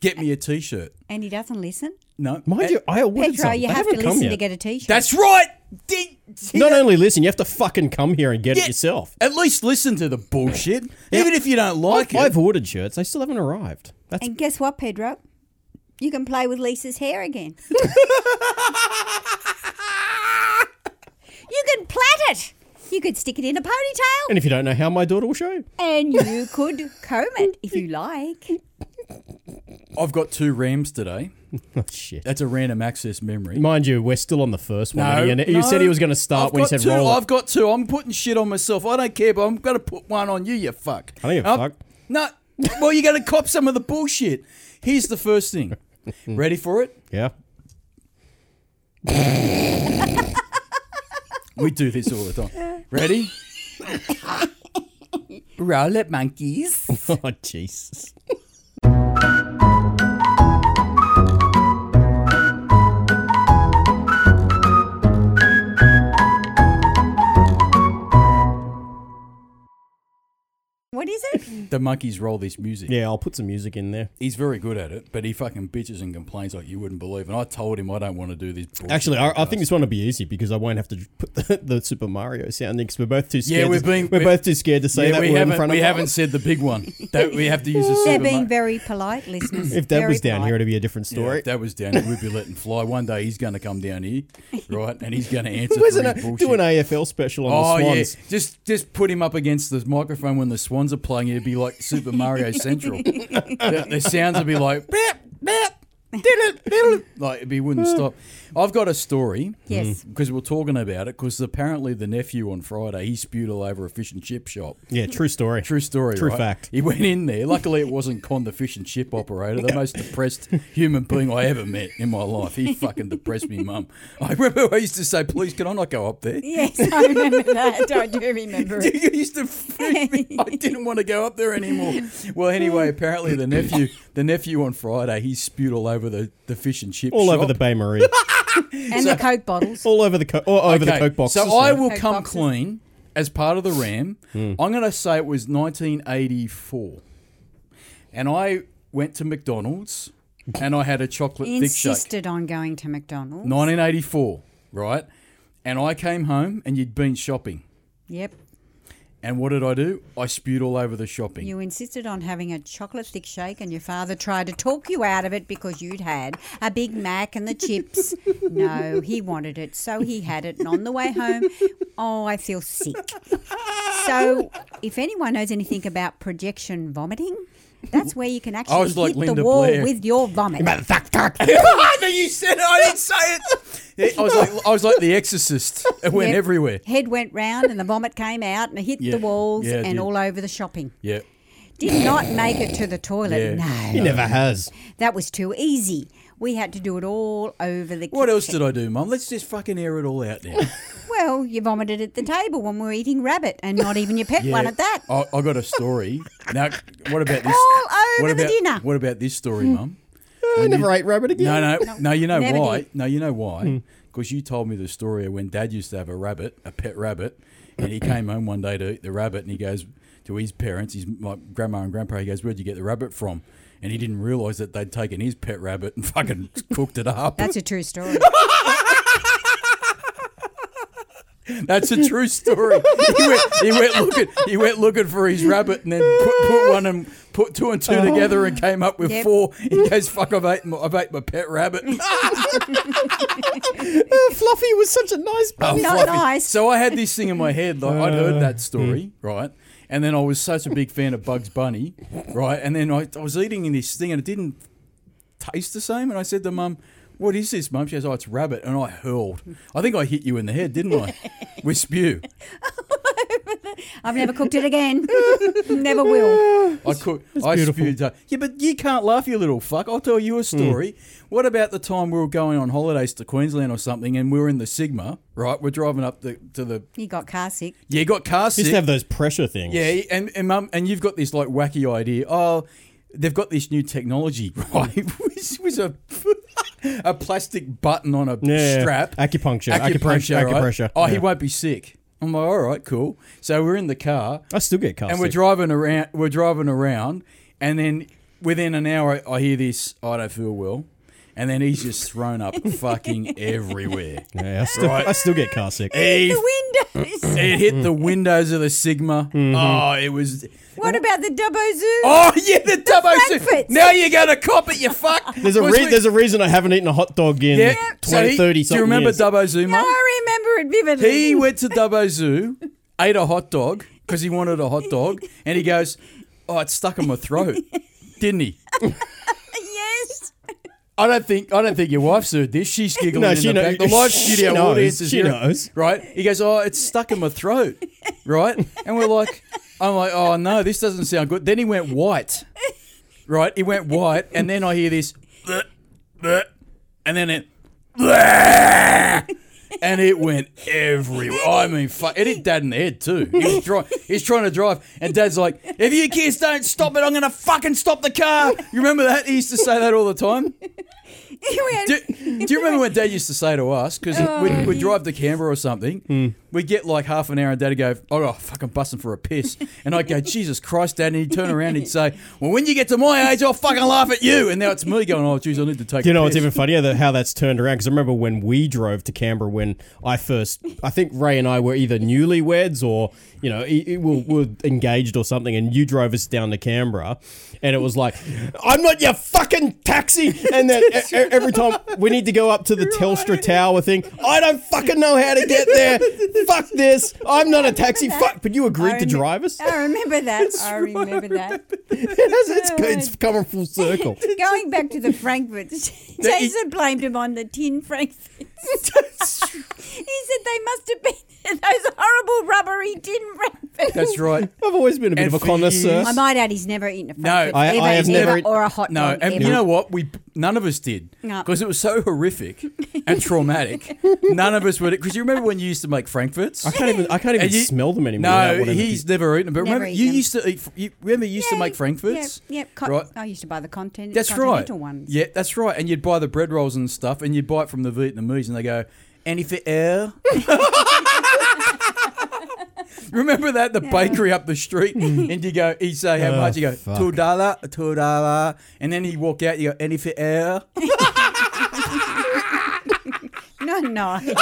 Speaker 1: Get me a t shirt.
Speaker 3: And he doesn't listen.
Speaker 1: No.
Speaker 2: Mind
Speaker 1: And-
Speaker 2: you, I ordered
Speaker 3: Pedro,
Speaker 2: some. They
Speaker 3: you have to
Speaker 2: haven't come
Speaker 3: listen
Speaker 2: yet.
Speaker 3: to get a t-shirt.
Speaker 1: That's right! D- see
Speaker 2: Not
Speaker 1: that?
Speaker 2: only listen, you have to fucking come here and get
Speaker 1: Yeah.
Speaker 2: it yourself.
Speaker 1: At least listen to the bullshit. Even if you don't like it.
Speaker 2: I've ordered shirts. They still haven't arrived. That's
Speaker 3: and guess what, Pedro? You can play with Lisa's hair again. you can plait it. You could stick it in a ponytail.
Speaker 2: and if you don't know how, my daughter will show you.
Speaker 3: And you could comb it if you like.
Speaker 1: I've got two Rams today.
Speaker 2: Oh, shit.
Speaker 1: That's a random access memory.
Speaker 2: Mind you, we're still on the first one. and you, you
Speaker 1: no.
Speaker 2: said he was going to start
Speaker 1: I've
Speaker 2: when he
Speaker 1: got
Speaker 2: said
Speaker 1: two,
Speaker 2: roll. it.
Speaker 1: I've got two. I'm putting shit on myself. I don't care, but I'm going to put one on you, you fuck.
Speaker 2: I don't give a
Speaker 1: Um,
Speaker 2: fuck.
Speaker 1: No. Well, you're going to cop some of the bullshit. Here's the first thing. Ready for it?
Speaker 2: Yeah.
Speaker 1: We do this all the time. Ready? Roll it, monkeys.
Speaker 2: Oh, Jesus.
Speaker 3: What is it?
Speaker 1: The monkeys roll this music.
Speaker 2: Yeah, I'll put some music in there.
Speaker 1: He's very good at it, but he fucking bitches and complains like you wouldn't believe. And I told him I don't want to do this. Bullshit
Speaker 2: Actually, I, I
Speaker 1: podcast.
Speaker 2: think this one will be easy because I won't have to put the, the Super Mario sound in because we're both too scared.
Speaker 1: Yeah, we're
Speaker 2: to,
Speaker 1: being-
Speaker 2: we're
Speaker 1: we-
Speaker 2: both too scared to say
Speaker 1: Yeah,
Speaker 2: that
Speaker 1: we
Speaker 2: word
Speaker 1: haven't
Speaker 2: in front of
Speaker 1: we
Speaker 2: them.
Speaker 1: haven't said the big one. That we have to use a
Speaker 3: They're
Speaker 1: super.
Speaker 3: being
Speaker 1: mo-
Speaker 3: very polite, listeners.
Speaker 2: If Deb
Speaker 3: Very
Speaker 2: was down
Speaker 3: polite.
Speaker 2: here, it'd be a different
Speaker 1: Yeah,
Speaker 2: story.
Speaker 1: if that was down. here, We'd be letting fly. One day he's going to come down here, right? And he's going to answer
Speaker 2: Where's
Speaker 1: for
Speaker 2: an,
Speaker 1: his bullshit.
Speaker 2: do an AFL special on
Speaker 1: oh
Speaker 2: the
Speaker 1: yeah,
Speaker 2: Swans.
Speaker 1: just just put him up against the microphone when the Swans are playing. It'd be like Super Mario Central. the, the sounds would be like beep beep. diddle, diddle. Like it wouldn't stop. I've got a story.
Speaker 3: Yes.
Speaker 1: Because we're talking about it. Because apparently the nephew on Friday he spewed all over a fish and chip shop.
Speaker 2: Yeah, true story.
Speaker 1: True story.
Speaker 2: True
Speaker 1: right?
Speaker 2: fact.
Speaker 1: He went in there. Luckily, it wasn't Con the fish and chip operator, the most depressed human being I ever met in my life. He fucking depressed me, mum. I remember I used to say, "Please, can I not go up there?"
Speaker 3: Yes, I remember that. I do remember it.
Speaker 1: You used to freak me. I didn't want to go up there anymore. Well, anyway, apparently the nephew, the nephew on Friday, he spewed all over the, the fish and chip.
Speaker 2: All over
Speaker 1: shop.
Speaker 2: the Bay Marie.
Speaker 3: And the Coke bottles.
Speaker 2: all over the co- all over the
Speaker 1: Okay,
Speaker 2: Coke boxes.
Speaker 1: So I
Speaker 2: yeah. Hmm.
Speaker 1: will
Speaker 3: Coke
Speaker 1: come
Speaker 3: boxes.
Speaker 1: clean as part of the Ram. I'm going to say it was 1984, and I went to McDonald's and I had a chocolate thick shake.
Speaker 3: Insisted on going to McDonald's.
Speaker 1: 1984, right? And I came home and you'd been shopping.
Speaker 3: Yep.
Speaker 1: And what did I do? I spewed all over the shopping.
Speaker 3: You insisted on having a chocolate thick shake, and your father tried to talk you out of it because you'd had a Big Mac and the chips. No, he wanted it, so he had it. And on the way home, oh, I feel sick. So, if anyone knows anything about projection vomiting, that's where you can actually
Speaker 1: was like
Speaker 3: hit
Speaker 1: Linda
Speaker 3: the wall
Speaker 1: Blair.
Speaker 3: with your vomit.
Speaker 1: I know you said it. I didn't say it. I was like, I was like The Exorcist. It went
Speaker 3: Yep.
Speaker 1: everywhere.
Speaker 3: Head went round, and the vomit came out and it hit
Speaker 1: Yeah.
Speaker 3: the walls
Speaker 1: Yeah, it
Speaker 3: and
Speaker 1: did.
Speaker 3: all over the shopping.
Speaker 1: Yeah.
Speaker 3: Did not make it to the toilet.
Speaker 1: Yeah.
Speaker 2: He
Speaker 3: No.
Speaker 2: never has.
Speaker 3: That was too easy. We had to do it all over the kitchen.
Speaker 1: What else did I do, Mum? Let's just fucking air it all out now.
Speaker 3: Well, you vomited at the table when we were eating rabbit, and not even your pet one at that.
Speaker 1: I, I got a story. now, what about this?
Speaker 3: All over
Speaker 1: what
Speaker 3: the
Speaker 1: about,
Speaker 3: dinner. Hmm.
Speaker 1: What about this story, Mum?
Speaker 2: Uh, I never ate rabbit again. Hmm.
Speaker 1: No, no, no, You know
Speaker 3: Never
Speaker 1: why?
Speaker 3: did.
Speaker 1: No, you know why? Because you told me the story of when Dad used to have a rabbit, a pet rabbit, and he came home one day to eat the rabbit, and he goes to his parents, his my grandma and grandpa. He goes, "Where'd you get the rabbit from?" And he didn't realise that they'd taken his pet rabbit and fucking cooked it up.
Speaker 3: That's a true story.
Speaker 1: That's a true story. he, went, he went looking. He went looking for his rabbit, and then put, put one and put two and two together, and came up with
Speaker 3: Yep.
Speaker 1: four. He goes, "Fuck! I've ate my, I've ate my pet rabbit."
Speaker 2: Uh, Fluffy was such a nice
Speaker 1: Oh,
Speaker 2: bunny.
Speaker 3: Not
Speaker 1: fluffy.
Speaker 3: nice.
Speaker 1: So I had this thing in my head. Like I'd heard that story, right? And then I was such a big fan of Bugs Bunny, right? And then I, I was eating in this thing, and it didn't taste the same. And I said to Mum. What is this, Mum? She goes, "Oh, it's rabbit," and I hurled. I think I hit you in the head, didn't I? With spew.
Speaker 3: I've never cooked it again. never will.
Speaker 1: I could. I
Speaker 2: beautiful. Hmm.
Speaker 1: spewed up. Yeah, but you can't laugh, you little fuck. I'll tell you a story. What about the time we were going on holidays to Queensland or something, and we were in the Sigma, right? We're driving up the, to the.
Speaker 3: You got car sick.
Speaker 1: Yeah, you got car
Speaker 2: Just
Speaker 1: sick.
Speaker 2: have those pressure things.
Speaker 1: yeah, and and mum, and you've got this like wacky idea. Oh, they've got this new technology, right? Which was a a plastic button on a
Speaker 2: Yeah, yeah.
Speaker 1: strap.
Speaker 2: Acupuncture, acupuncture,
Speaker 1: right?
Speaker 2: acupressure,
Speaker 1: Oh, he
Speaker 2: yeah.
Speaker 1: won't be sick. I'm like, all right, cool. So we're in the car
Speaker 2: I still get car
Speaker 1: and we're
Speaker 2: sick.
Speaker 1: driving around. We're driving around, and then within an hour, I hear this. I don't feel well, and then he's just thrown up fucking everywhere.
Speaker 2: yeah, I, still,
Speaker 1: Right.
Speaker 2: I still get car sick.
Speaker 1: He
Speaker 3: The windows.
Speaker 1: It hit the windows of the Sigma.
Speaker 2: Mm-hmm.
Speaker 1: Oh, it was.
Speaker 3: What about the Dubbo Zoo?
Speaker 1: Oh yeah, the Dubbo suit.
Speaker 3: Frankfurts.
Speaker 1: Now you're gonna cop it, you fuck.
Speaker 2: There's a re- there's a reason I haven't eaten a hot dog in
Speaker 1: yeah. So
Speaker 2: 20,
Speaker 1: he-
Speaker 2: 30
Speaker 1: Do you
Speaker 2: something
Speaker 1: remember
Speaker 2: years.
Speaker 1: Dubbo Zoo,
Speaker 3: No,
Speaker 1: mum?
Speaker 3: I remember it vividly.
Speaker 1: He went to Dubbo Zoo, ate a hot dog because he wanted a hot dog, and he goes, "Oh, it's stuck in my throat," didn't he?
Speaker 3: yes.
Speaker 1: I don't think I don't think your wife's heard this. She's giggling
Speaker 2: No,
Speaker 1: in
Speaker 2: she
Speaker 1: the
Speaker 2: know-
Speaker 1: back. The live
Speaker 2: she
Speaker 1: studio
Speaker 2: knows,
Speaker 1: audience is
Speaker 2: she
Speaker 1: hearing-
Speaker 2: knows.
Speaker 1: right? He goes, "Oh, it's stuck in my throat," right? And we're like, "I'm like, oh no, this doesn't sound good." Then he went white, right? He went white, and then I hear this, "Bleh, bleh," and then it, "Bleh," and it went everywhere. I mean, fuck, it hit Dad in the head too. He was dri- he's trying to drive, and Dad's like, "If you kids don't stop it, I'm gonna fucking stop the car." You remember that? He used to say that all the time
Speaker 3: We had-
Speaker 1: do, do you remember when Dad used to say to us? Because we'd,
Speaker 3: Oh.
Speaker 1: we'd drive to Canberra or something,
Speaker 2: Hmm.
Speaker 1: we'd get like half an hour, and Dad'd go, "Oh, oh fuck, I'm busting for a piss," and I'd go, "Jesus Christ, Dad!" And he'd turn around, and he'd say, "Well, when you get to my age, I'll fucking laugh at you." And now it's me going, "Oh, geez, I need to take."
Speaker 2: Do you
Speaker 1: a
Speaker 2: know
Speaker 1: piss.
Speaker 2: what's even funnier? That how that's turned around. Because I remember when we drove to Canberra when I first, I think Ray and I were either newlyweds or you know e- e- we were engaged or something, and you drove us down to Canberra, and it was like, I'm not your fucking taxi. And then e- e- every time we need to go up to the Telstra Tower thing, I don't fucking know how to get there. Fuck this. I'm not a taxi. Fuck. But you agreed to
Speaker 3: remem-
Speaker 2: drive us.
Speaker 3: I remember that. I remember that.
Speaker 2: it's, it's coming full circle.
Speaker 3: Going back to the Frankfurts, Jason blamed him on the tin Frankfurts. he said they must have been those horrible rubbery tin Frankfurts.
Speaker 1: That's right.
Speaker 2: I've always been a bit
Speaker 1: And
Speaker 2: of a
Speaker 1: for
Speaker 2: connoisseur.
Speaker 1: years-
Speaker 3: I might add, he's never eaten a
Speaker 1: No,
Speaker 3: Frankfurt
Speaker 2: I-
Speaker 3: ever,
Speaker 2: I have
Speaker 3: ever,
Speaker 2: never-
Speaker 3: or a hot
Speaker 1: No,
Speaker 3: dog.
Speaker 1: and
Speaker 3: ever.
Speaker 1: you know what? We none of us did
Speaker 3: No.
Speaker 1: because it was so horrific and traumatic. none of us would. Because you remember when you used to make frankfurts?
Speaker 2: I can't even. I can't even
Speaker 1: And you-
Speaker 2: smell them anymore. without
Speaker 1: No,
Speaker 2: wanting to
Speaker 1: he's
Speaker 2: be-
Speaker 1: never eaten. 'em, But
Speaker 3: Never
Speaker 1: remember, you
Speaker 3: eaten 'em.
Speaker 1: used to eat. fr- You, remember, you used to
Speaker 3: Yeah,
Speaker 1: make frankfurts.
Speaker 3: Yeah, yeah. Con-
Speaker 1: right.
Speaker 3: I used to buy the content.
Speaker 1: That's right.
Speaker 3: continental ones.
Speaker 1: Yeah, that's right. And you'd buy the bread rolls and stuff, and you'd buy it from the Vietnamese, and they go, "Any for air." Remember that the bakery up the street, and you go, he say how
Speaker 2: Oh,
Speaker 1: much? You go
Speaker 2: fuck.
Speaker 1: two dollar, two dollar, and then he walk out. You go, "Any for air?"
Speaker 3: No, nice.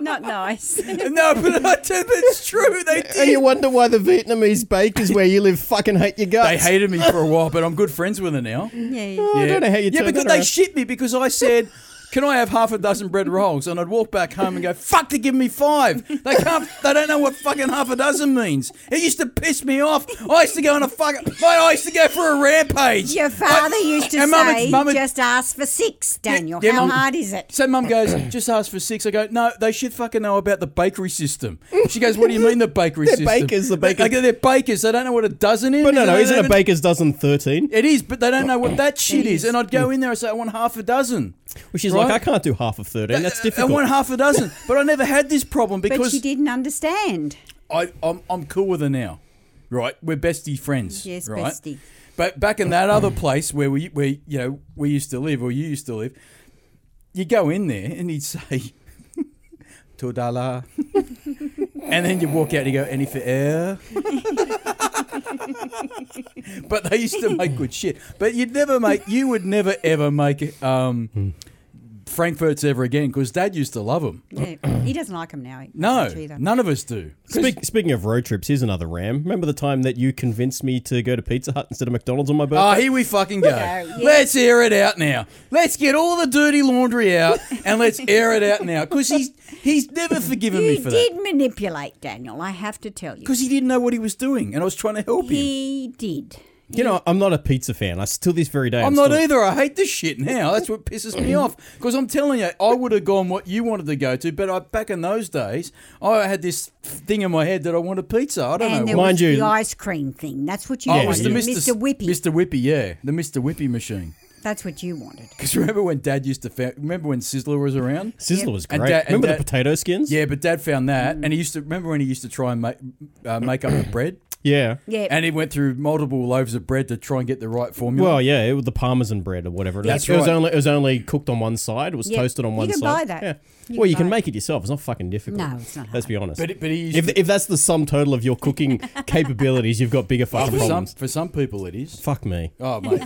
Speaker 3: Not nice.
Speaker 1: no, but I tell you, it's true. They did.
Speaker 2: And you wonder why the Vietnamese bakers where you live fucking hate your
Speaker 1: They
Speaker 2: guts. Oh,
Speaker 1: hated me for a while, but I'm good friends with her now.
Speaker 3: Yeah, yeah.
Speaker 2: I don't know how you
Speaker 1: Yeah,
Speaker 2: turned
Speaker 1: because
Speaker 2: that
Speaker 1: they
Speaker 2: around.
Speaker 1: shit me because I said, "Can I have half a dozen bread rolls?" And I'd walk back home and go, "Fuck, they give me five. They can't. They don't know what fucking half a dozen means." It used to piss me off. I used to go on a fucking. I used to go for a rampage.
Speaker 3: Your father used to
Speaker 1: and Mum and-
Speaker 3: say,
Speaker 1: Mum and-
Speaker 3: just ask for six, Daniel.
Speaker 1: yeah,
Speaker 3: How
Speaker 1: Mum-
Speaker 3: hard is it?
Speaker 1: So mum goes, just ask for six. I go, no, they should fucking know about the bakery system. She goes, what do you mean the bakery
Speaker 2: They're
Speaker 1: system?
Speaker 2: bakers, the
Speaker 1: They- I
Speaker 2: bakers.
Speaker 1: go, they're bakers. They don't know what a dozen is.
Speaker 2: But no, no,
Speaker 1: They
Speaker 2: isn't
Speaker 1: don't
Speaker 2: a
Speaker 1: even-
Speaker 2: baker's dozen thirteen?
Speaker 1: It is, but they don't know what that shit
Speaker 3: It
Speaker 1: is.
Speaker 3: is.
Speaker 1: And I'd
Speaker 2: Mm.
Speaker 1: go in there and say, I want half a dozen.
Speaker 2: Which is
Speaker 1: Right.
Speaker 2: like I can't do half of thirteen. That's difficult.
Speaker 1: I want Uh, half a dozen. But I never had this problem
Speaker 3: But
Speaker 1: because
Speaker 3: she didn't understand.
Speaker 1: I, I'm, I'm cool with her now, right? We're bestie friends.
Speaker 3: Yes,
Speaker 1: right?
Speaker 3: bestie.
Speaker 1: But back in that other place where we, where you know, we used to live, or you used to live, you go in there and he'd say, "Todala," and then you walk out and you go, "Any for air." but they used to make good shit. But you'd never make, you would never ever make um, Frankfurts ever again because Dad used to love them.
Speaker 3: Yeah. he doesn't like him now.
Speaker 1: No,
Speaker 3: much either.
Speaker 1: none of us do.
Speaker 2: Speak, speaking of road trips, here's another ram. Remember the time that you convinced me to go to Pizza Hut instead of McDonald's on my birthday?
Speaker 1: Oh, here we fucking go.
Speaker 3: yeah.
Speaker 1: Let's air it out now. Let's get all the dirty laundry out and let's air it out now. Because he's he's never forgiven me
Speaker 3: He
Speaker 1: for
Speaker 3: did
Speaker 1: that.
Speaker 3: manipulate Daniel, I have to tell you.
Speaker 1: Because he didn't know what he was doing and I was trying to help him.
Speaker 3: He did.
Speaker 2: you know, I'm not a pizza fan. I still this very day.
Speaker 1: I'm not
Speaker 2: still-
Speaker 1: either. I hate this shit now. That's what pisses me off. Because I'm telling you, I would have gone what you wanted to go to, but I, back in those days, I had this thing in my head that I wanted pizza. I don't
Speaker 3: And
Speaker 1: know.
Speaker 3: there
Speaker 1: why.
Speaker 2: Mind
Speaker 3: was
Speaker 2: you-
Speaker 3: the ice cream thing. That's what you
Speaker 1: Oh, it
Speaker 2: Yeah,
Speaker 1: was
Speaker 3: wanted.
Speaker 1: the
Speaker 2: yeah.
Speaker 1: Mr.
Speaker 3: Mr. Whippy.
Speaker 1: Mr. Whippy, yeah. The Mr. Whippy machine.
Speaker 3: That's what you wanted.
Speaker 1: Because remember when Dad used to, fa- remember when Sizzler was around?
Speaker 2: Sizzler was
Speaker 1: And
Speaker 2: great.
Speaker 1: that- and
Speaker 2: Remember
Speaker 1: that-
Speaker 2: the potato skins?
Speaker 1: Yeah, but Dad found that, and he used to remember when he used to try and make uh, make up the bread.
Speaker 2: Yeah.
Speaker 3: Yeah.
Speaker 1: And he went through multiple loaves of bread to try and get the right formula.
Speaker 2: Well, yeah, it was the parmesan bread or whatever. It,
Speaker 1: That's
Speaker 2: is. it was
Speaker 1: right.
Speaker 2: only it was only cooked on one side. It was
Speaker 3: Yeah,
Speaker 2: toasted on
Speaker 3: you
Speaker 2: one
Speaker 3: can
Speaker 2: side.
Speaker 3: buy that.
Speaker 2: Yeah.
Speaker 3: You
Speaker 2: well,
Speaker 3: can
Speaker 2: you can
Speaker 3: buy
Speaker 2: make it yourself. It's not fucking difficult.
Speaker 3: No, it's not
Speaker 2: Let's be honest.
Speaker 1: But- but he used
Speaker 2: if, if that's the sum total of your cooking capabilities, you've got bigger fucking
Speaker 1: for some
Speaker 2: problems.
Speaker 1: for some people it is.
Speaker 2: Fuck me.
Speaker 1: Oh mate,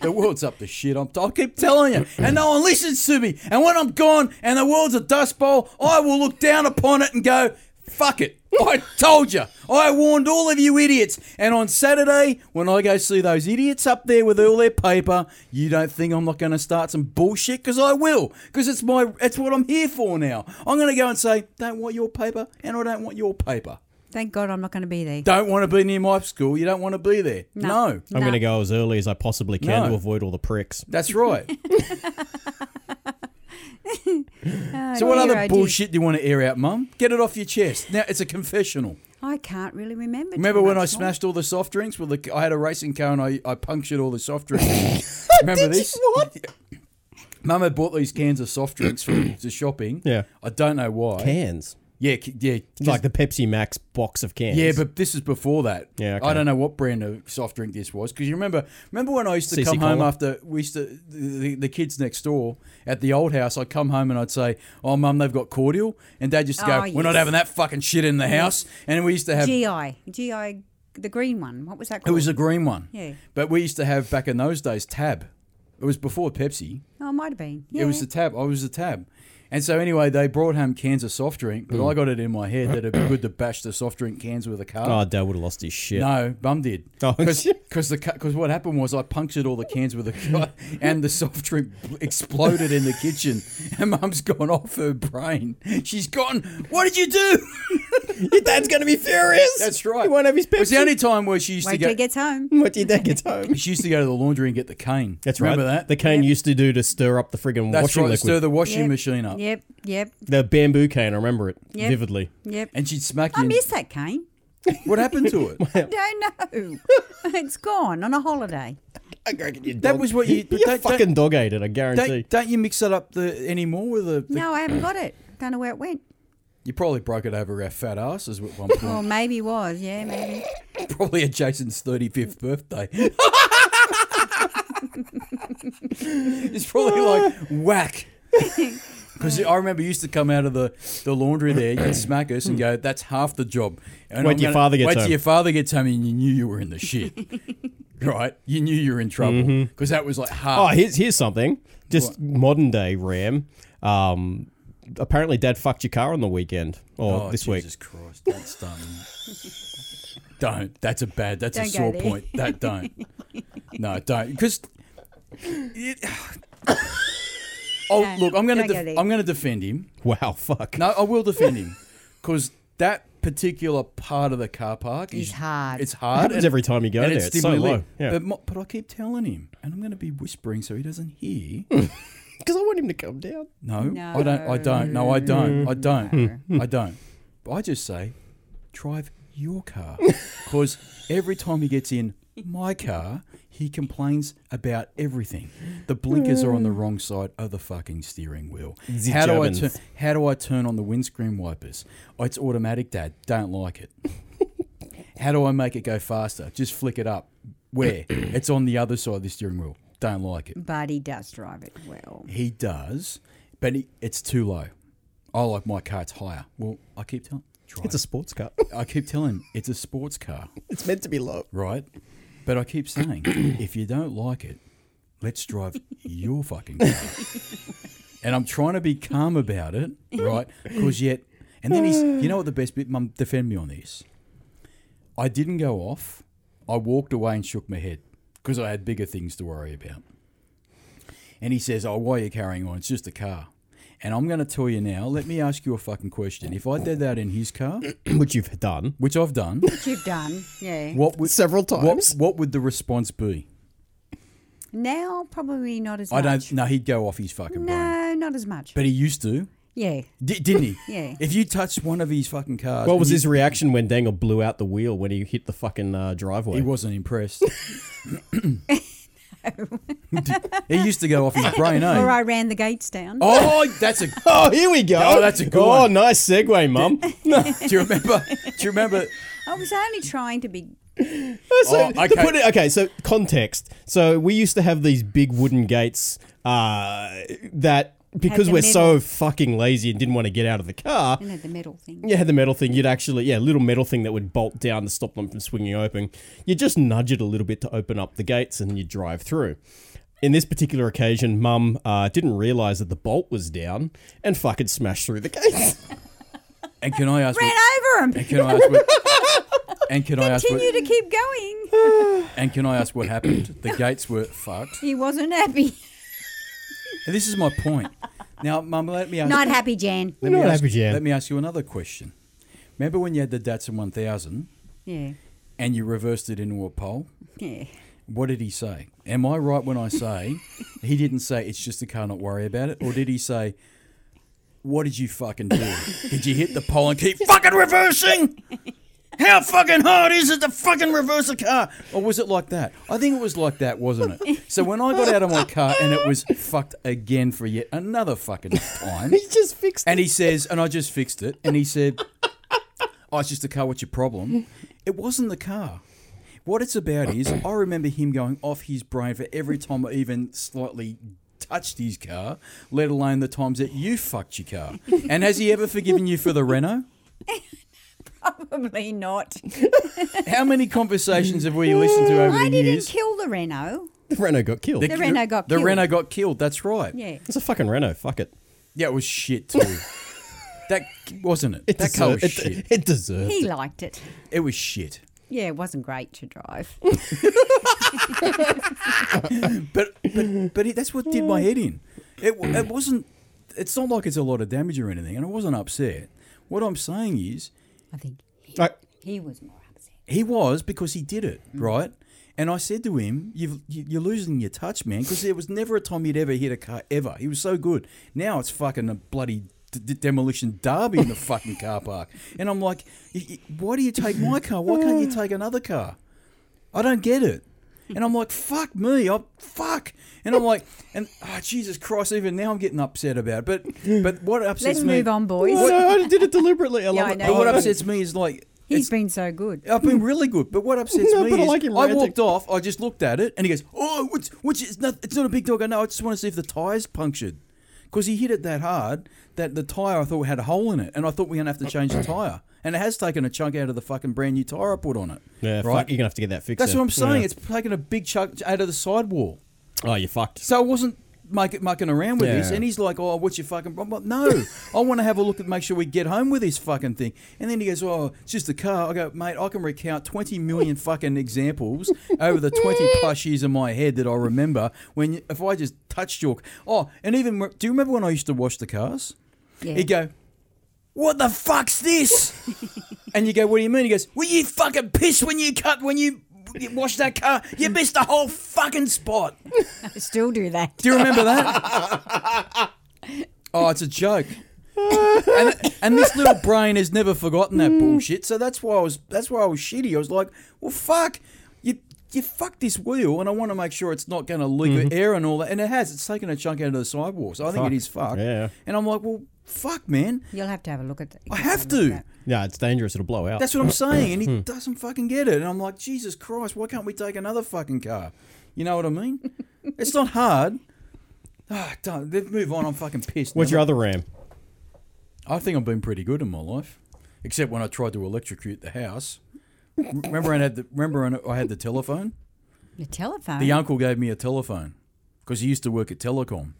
Speaker 1: the world's up to shit. I'm, I'll keep telling you, and no one listens to me. And when I'm gone, and the world's a dust bowl, I will look down upon it and go, "Fuck it! I told you. I warned all of you idiots." And on Saturday, when I go see those idiots up there with all their paper, you don't think I'm not going to start some bullshit? Because I will. Because it's my, it's what I'm here for now. I'm going to go and say, "Don't want your paper," and I don't want your paper.
Speaker 3: Thank God I'm not going to be there.
Speaker 1: Don't want to be near my school. You don't want to be there.
Speaker 3: No.
Speaker 1: no.
Speaker 2: I'm
Speaker 3: Nah.
Speaker 2: going to go as early as I possibly can
Speaker 1: No.
Speaker 2: to avoid all the pricks.
Speaker 1: That's right. so
Speaker 3: Oh,
Speaker 1: what
Speaker 3: dear,
Speaker 1: other
Speaker 3: oh, dear.
Speaker 1: bullshit do you want to air out, Mum? Get it off your chest. Now it's a confessional.
Speaker 3: I can't really remember. too
Speaker 1: Remember when I
Speaker 3: much more.
Speaker 1: smashed all the soft drinks? Well, the, I had a racing car and I, I punctured all the soft drinks. Remember this?
Speaker 2: What?
Speaker 1: Mum had bought these cans of soft drinks from the shopping.
Speaker 2: Yeah.
Speaker 1: I don't know why.
Speaker 2: Cans.
Speaker 1: Yeah, c- yeah,
Speaker 2: Like the Pepsi Max box of cans.
Speaker 1: yeah. But this is before that.
Speaker 2: Yeah, okay.
Speaker 1: I don't know what brand of soft drink this was because you remember, remember when I used to
Speaker 2: CC
Speaker 1: come home
Speaker 2: Cola?
Speaker 1: after we used to the, the, the kids next door at the old house. I'd come home and I'd say, "Oh, mum, they've got cordial," and dad used to go,
Speaker 3: Oh,
Speaker 1: "We're not
Speaker 3: yes.
Speaker 1: having that fucking shit in the house." And we used to have
Speaker 3: GI, GI, the green one. What was that
Speaker 1: it
Speaker 3: called?
Speaker 1: was a green one.
Speaker 3: Yeah.
Speaker 1: But we used to have back in those days Tab. It was before Pepsi.
Speaker 3: oh, it might have been. Yeah.
Speaker 1: It was the tab. I was the tab. And so anyway, they brought home cans of soft drink, but
Speaker 2: Mm.
Speaker 1: I got it in my head that it'd be good to bash the soft drink cans with a car.
Speaker 2: Oh, Dad would have lost his shit.
Speaker 1: No, bum did.
Speaker 2: Oh,
Speaker 1: Because
Speaker 2: shit.
Speaker 1: because what happened was I punctured all the cans with a and the soft drink exploded in the kitchen, and Mum's gone off her brain. She's gone. What did you do?
Speaker 2: Your dad's going to be furious.
Speaker 1: That's right.
Speaker 2: He won't have his
Speaker 1: It was the
Speaker 2: Pepsi.
Speaker 1: only time where she used
Speaker 3: Wait
Speaker 1: to
Speaker 3: till
Speaker 1: go.
Speaker 3: he gets home.
Speaker 2: What do you think? It's home.
Speaker 1: she used to go to the laundry and get the cane.
Speaker 2: That's
Speaker 1: Remember
Speaker 2: right.
Speaker 1: that?
Speaker 2: The cane used to do to stir up the friggin'
Speaker 1: That's
Speaker 2: washing
Speaker 1: right.
Speaker 2: liquid.
Speaker 1: Stir the washing
Speaker 3: Yep.
Speaker 1: machine up,
Speaker 3: Yep, yep,
Speaker 2: the bamboo cane. I remember it
Speaker 3: Yep.
Speaker 2: vividly.
Speaker 3: yep.
Speaker 1: and she'd smack you.
Speaker 3: I
Speaker 1: in-
Speaker 3: miss that cane.
Speaker 1: what happened to it?
Speaker 3: I don't know. it's gone on a holiday.
Speaker 1: That was what you.
Speaker 2: Your
Speaker 1: don't- don't-
Speaker 2: fucking dog ate it. I guarantee.
Speaker 1: Don't, don't you mix it up the anymore with the, the-
Speaker 3: No, I haven't got it. Don't know where it went.
Speaker 1: You probably broke it over our fat asses at one point.
Speaker 3: Well, maybe was. Yeah, maybe.
Speaker 1: probably at Jason's thirty fifth birthday. it's probably like whack. Because I remember you used to come out of the, the laundry there, you'd smack us and go, "That's half the job." And
Speaker 2: Wait
Speaker 1: I'm
Speaker 2: till your father gets
Speaker 1: wait till
Speaker 2: home.
Speaker 1: your father gets home, and you knew you were in the shit, right? You knew you were in trouble because that was like half.
Speaker 2: Oh, here's here's something. Just modern day Ram. Um, apparently, Dad fucked your car on the weekend or
Speaker 1: Oh,
Speaker 2: this
Speaker 1: Jesus
Speaker 2: week.
Speaker 1: Christ, don't stun me. don't. That's a bad. That's a
Speaker 3: Don't go
Speaker 1: sore
Speaker 3: there.
Speaker 1: point. That don't. no, don't. Because. oh
Speaker 3: No,
Speaker 1: look, I'm gonna
Speaker 3: don't go
Speaker 1: def-
Speaker 3: there.
Speaker 1: I'm gonna defend him.
Speaker 2: Wow, fuck.
Speaker 1: No, I will defend him because that particular part of the car park is
Speaker 3: It's hard.
Speaker 1: It's
Speaker 2: It
Speaker 1: hard.
Speaker 2: happens every time you go
Speaker 1: and
Speaker 2: there.
Speaker 1: it's
Speaker 2: It's so
Speaker 1: dimly
Speaker 2: low.
Speaker 1: lit.
Speaker 2: Yeah,
Speaker 1: But, mo- but I keep telling him, and I'm going to be whispering so he doesn't hear.
Speaker 2: because I want him to come down.
Speaker 1: No, I don't. I don't. No, I don't. I don't. I don't. I just say, drive your car, because every time he gets in my car, he complains about everything. The blinkers are on the wrong side of the fucking steering wheel.
Speaker 2: The
Speaker 1: how do I
Speaker 2: Germans.
Speaker 1: turn? How do I turn on the windscreen wipers? Oh, it's automatic, Dad. Don't like it. How do I make it go faster? Just flick it up. Where? it's on the other side of the steering wheel. Don't like it.
Speaker 3: But he does drive it well.
Speaker 1: He does, but he, it's too low. I like my car; it's higher. Well, I keep telling, try.
Speaker 2: It's a sports car.
Speaker 1: I keep telling him it's a sports car,
Speaker 2: it's meant to be low.
Speaker 1: right? But I keep saying, if you don't like it, let's drive your fucking car. and I'm trying to be calm about it, right? Because yet, and then he's, you know what the best bit, Mum, defend me on this. I didn't go off. I walked away and shook my head because I had bigger things to worry about. And he says, Oh, why are you carrying on? It's just a car. And I'm going to tell you now, let me ask you a fucking question. If I did that in his car,
Speaker 2: Which you've done
Speaker 1: which I've done,
Speaker 3: Which you've done. Yeah.
Speaker 1: what would,
Speaker 2: several
Speaker 1: what,
Speaker 2: times.
Speaker 1: what would the response be?
Speaker 3: Now probably not as
Speaker 1: I
Speaker 3: much.
Speaker 1: don't. No, he'd go off his fucking brain.
Speaker 3: No, not as much.
Speaker 1: But he used to,
Speaker 3: yeah.
Speaker 1: D- didn't he?
Speaker 3: Yeah.
Speaker 1: If you touched one of his fucking cars,
Speaker 2: What
Speaker 1: and
Speaker 2: was
Speaker 1: you-
Speaker 2: his reaction when Dangle blew out the wheel when he hit the fucking uh, driveway?
Speaker 1: He wasn't impressed. he used to go off his brain, eh?
Speaker 3: Or I ran the gates down.
Speaker 1: Oh, that's a.
Speaker 2: Oh, here we go.
Speaker 1: Oh, that's a good
Speaker 2: Oh,
Speaker 1: one.
Speaker 2: nice segue, Mum.
Speaker 1: Do you remember? Do you remember?
Speaker 3: I was only trying to be.
Speaker 2: So,
Speaker 1: Oh,
Speaker 2: to
Speaker 1: okay.
Speaker 2: put it, okay, so context. So we used to have these big wooden gates uh, that because
Speaker 3: the
Speaker 2: we're so
Speaker 3: middle.
Speaker 2: fucking lazy and didn't want to get out of the car,
Speaker 3: You know, the metal thing.
Speaker 2: you had the metal thing. You'd actually, yeah, little metal thing that would bolt down to stop them from swinging open. You just nudge it a little bit to open up the gates, and you drive through. In this particular occasion, Mum uh, didn't realise that the bolt was down and fucking smashed through the gates.
Speaker 1: And can I ask?
Speaker 3: Ran
Speaker 1: what-
Speaker 3: over
Speaker 1: and
Speaker 3: him.
Speaker 1: can I ask? what- and can I ask?
Speaker 3: Continue
Speaker 1: What,
Speaker 3: to keep going.
Speaker 1: and can I ask what happened? The gates were fucked.
Speaker 3: He wasn't happy.
Speaker 1: And this is my point. Now, Mum, let me ask.
Speaker 3: Not happy, Jan.
Speaker 1: let me
Speaker 2: Not
Speaker 1: ask,
Speaker 2: happy, Jan.
Speaker 1: Let me ask you another question. Remember when you had the Datsun 1000
Speaker 3: Yeah.
Speaker 1: and you reversed it into a pole?
Speaker 3: Yeah.
Speaker 1: What did he say? Am I right when I say he didn't say it's just a car, not worry about it? Or did he say, what did you fucking do? Did you hit the pole and keep fucking reversing? How fucking hard is it to fucking reverse a car? Or was it like that? I think it was like that, wasn't it? So when I got out of my car and it was fucked again for yet another fucking time.
Speaker 2: he just fixed
Speaker 1: And he says, and I just fixed it. And he said, Oh, it's just the car. What's your problem? It wasn't the car. What it's about is, I remember him going off his brain for every time I even slightly touched his car, let alone the times that you fucked your car. And has he ever forgiven you for the Renault?
Speaker 3: Probably not.
Speaker 1: How many conversations have we listened to over
Speaker 3: I
Speaker 1: the
Speaker 3: didn't
Speaker 1: years?
Speaker 3: kill the Renault.
Speaker 2: The Renault got killed.
Speaker 3: The Renault got
Speaker 1: the
Speaker 3: killed.
Speaker 1: Renault got killed. That's right.
Speaker 3: Yeah.
Speaker 2: it's a fucking Renault. Fuck it.
Speaker 1: Yeah, it was shit too. that wasn't it. that car was
Speaker 2: deserved- it,
Speaker 1: shit.
Speaker 2: It deserved.
Speaker 3: He
Speaker 2: it.
Speaker 3: liked it.
Speaker 1: It was shit.
Speaker 3: Yeah, it wasn't great to drive.
Speaker 1: But but but it, that's what did my head in. It w- it wasn't. It's not like it's a lot of damage or anything, and I wasn't upset. What I'm saying is,
Speaker 3: I think he,
Speaker 2: Like,
Speaker 3: he was more upset.
Speaker 1: he was because he did it right. And I said to him, You've, you- "You're losing your touch, man," because there was never a time he'd ever hit a car ever. He was so good. Now it's fucking a bloody d- d- demolition derby in the fucking car park, and I'm like, "Y- y- "Why do you take my car? Why can't you take another car?" I don't get it. And I'm like, fuck me, I fuck. And I'm like, and oh, Jesus Christ, even now I'm getting upset about. It. But but what upsets
Speaker 3: Let's
Speaker 1: me?
Speaker 3: move on, boys.
Speaker 2: Oh, no, I did it deliberately. I love
Speaker 3: I
Speaker 2: it.
Speaker 3: know.
Speaker 1: But
Speaker 2: Oh,
Speaker 1: what
Speaker 2: no.
Speaker 1: upsets me is like it's-
Speaker 3: He's been so good.
Speaker 1: I've been really good, but what upsets
Speaker 2: Hmm. No,
Speaker 1: me
Speaker 2: but I
Speaker 1: is I,
Speaker 2: like him ranting.
Speaker 1: walked off. I just looked at it, and he goes, "Oh, it's, which is not, it's not a big deal." I go, "No, I just want to see if the tire's punctured," because he hit it that hard that the tire I thought had a hole in it, and I thought we are gonna have to change the tire, and it has taken a chunk out of the fucking brand new tire I put on it.
Speaker 2: Yeah, fuck, you're gonna have to get that fixed.
Speaker 1: That's
Speaker 2: then.
Speaker 1: what I'm saying.
Speaker 2: Yeah.
Speaker 1: It's taken a big chunk out of the sidewall.
Speaker 2: oh, you fucked.
Speaker 1: So I wasn't muck- mucking around with this.
Speaker 2: Yeah.
Speaker 1: And he's like, oh, what's your fucking problem? No, I want to have a look at make sure we get home with this fucking thing. And then he goes, oh, it's just the car. I go, mate, I can recount 20 million fucking examples over the 20 plus years in my head that I remember when if I just touched your... Oh, and even... Do you remember when I used to wash the cars?
Speaker 3: Yeah.
Speaker 1: He'd go, what the fuck's this? and you go, what do you mean? He goes, were you fucking pissed when you cut, when you washed that car? You missed the whole fucking spot.
Speaker 3: I still do that.
Speaker 1: Do you remember that? oh, it's a joke. and, and this little brain has never forgotten that bullshit. So that's why I was that's why I was shitty. I was like, well, fuck, you you fucked this wheel, and I want to make sure it's not going to leak air and all that. And it has. It's taken a chunk out of the sidewall, so I think
Speaker 2: Mm-hmm. Fuck.
Speaker 1: it is fucked.
Speaker 2: Yeah.
Speaker 1: And I'm like, well, fuck, man,
Speaker 3: You'll have to have a look at that.
Speaker 1: I have to.
Speaker 2: Yeah, it's dangerous. It'll blow out.
Speaker 1: That's what I'm saying. And he doesn't fucking get it. And I'm like, Jesus Christ, why can't we take another fucking car? You know what I mean? it's not hard. Ah, don't let's move on. I'm fucking pissed.
Speaker 2: What's
Speaker 1: now.
Speaker 2: your other ram?
Speaker 1: I think I've been pretty good in my life, except when I tried to electrocute the house. remember, I had the remember when I had the telephone.
Speaker 3: The telephone.
Speaker 1: The uncle gave me a telephone because he used to work at telecom,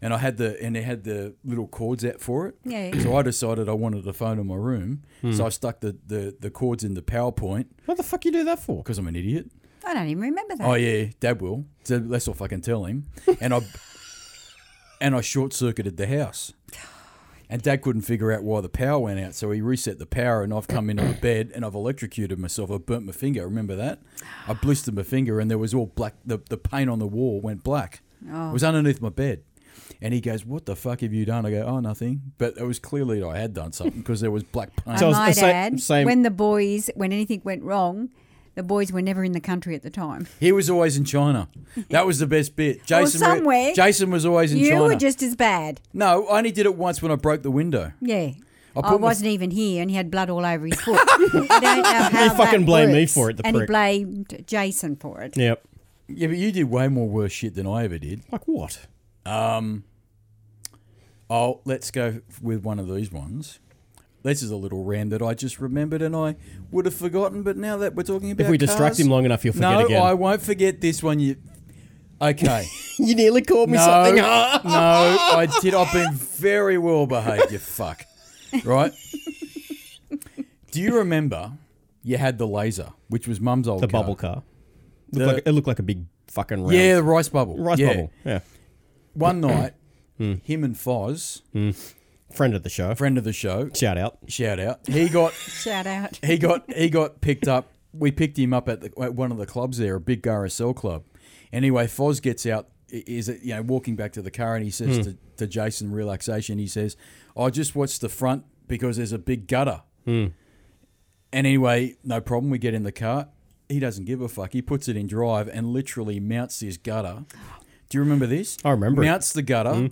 Speaker 1: and I had the and it had the little cords out for it.
Speaker 3: Yeah, yeah.
Speaker 1: So I decided I wanted a phone in my room, so I stuck the the, the cords in the PowerPoint
Speaker 2: What the fuck you do that for?
Speaker 1: because I'm an idiot.
Speaker 3: I don't even remember that.
Speaker 1: Oh yeah, Dad will. So that's all I can tell him. And I and I short circuited the house. And Dad couldn't figure out why the power went out, so he reset the power. And I've come into the bed and I've electrocuted myself. I burnt my finger. Remember that? I blistered my finger, and there was all black. The, the paint on the wall went black. It
Speaker 3: Oh.
Speaker 1: was underneath my bed. And he goes, "What the fuck have you done?" I go, "Oh, nothing." But it was clearly that I had done something because there was black paint.
Speaker 3: I
Speaker 2: So I was-
Speaker 3: might
Speaker 2: sa-
Speaker 3: add,
Speaker 2: same-
Speaker 3: when the boys, when anything went wrong, the boys were never in the country at the time.
Speaker 1: He was always in China. That was the best bit. Jason, re-
Speaker 3: somewhere.
Speaker 1: Jason was always in
Speaker 3: you
Speaker 1: China.
Speaker 3: were just as bad.
Speaker 1: No, I only did it once when I broke the window.
Speaker 3: Yeah.
Speaker 1: I
Speaker 3: I
Speaker 1: put my-
Speaker 3: wasn't even here, and he had blood all over his foot. I don't know how
Speaker 2: He fucking
Speaker 3: that
Speaker 2: blamed me
Speaker 3: works.
Speaker 2: for it, the
Speaker 3: and he
Speaker 2: prick.
Speaker 3: blamed Jason for it.
Speaker 2: Yep.
Speaker 1: Yeah, but you did way more worse shit than I ever did.
Speaker 2: Like what?
Speaker 1: Oh, let's go with one of these ones. This is a little ram that I just remembered and I would have forgotten, but now that we're talking about
Speaker 2: If we distract
Speaker 1: cars-
Speaker 2: him long enough, he'll forget
Speaker 1: no,
Speaker 2: again.
Speaker 1: I won't forget this one. You okay?
Speaker 2: you nearly called me
Speaker 1: no,
Speaker 2: something.
Speaker 1: no, I did. I've been very well behaved. You fuck, right? Do you remember you had the laser, which was Mum's old
Speaker 2: The bubble car. Looked
Speaker 1: The-
Speaker 2: like, it looked like a big fucking round
Speaker 1: Yeah, the rice bubble.
Speaker 2: rice
Speaker 1: Yeah.
Speaker 2: bubble. Hmm. Yeah.
Speaker 1: One night, him and Foz,
Speaker 2: Friend of the show.
Speaker 1: friend of the show,
Speaker 2: Shout out.
Speaker 1: shout out. He got
Speaker 3: Shout out.
Speaker 1: he got he got picked up. We picked him up at, the, at one of the clubs there, a big RSL club. Anyway, Foz gets out, i- is you know walking back to the car, and he
Speaker 2: Hmm.
Speaker 1: says to, to Jason, relaxation. He says, "I just watched the front because there's a big gutter."
Speaker 2: Hmm.
Speaker 1: And anyway, no problem. We get in the car. He doesn't give a fuck. He puts it in drive and literally mounts this gutter. Do you remember this?
Speaker 2: I remember it. Hmm.
Speaker 1: Mounts the gutter,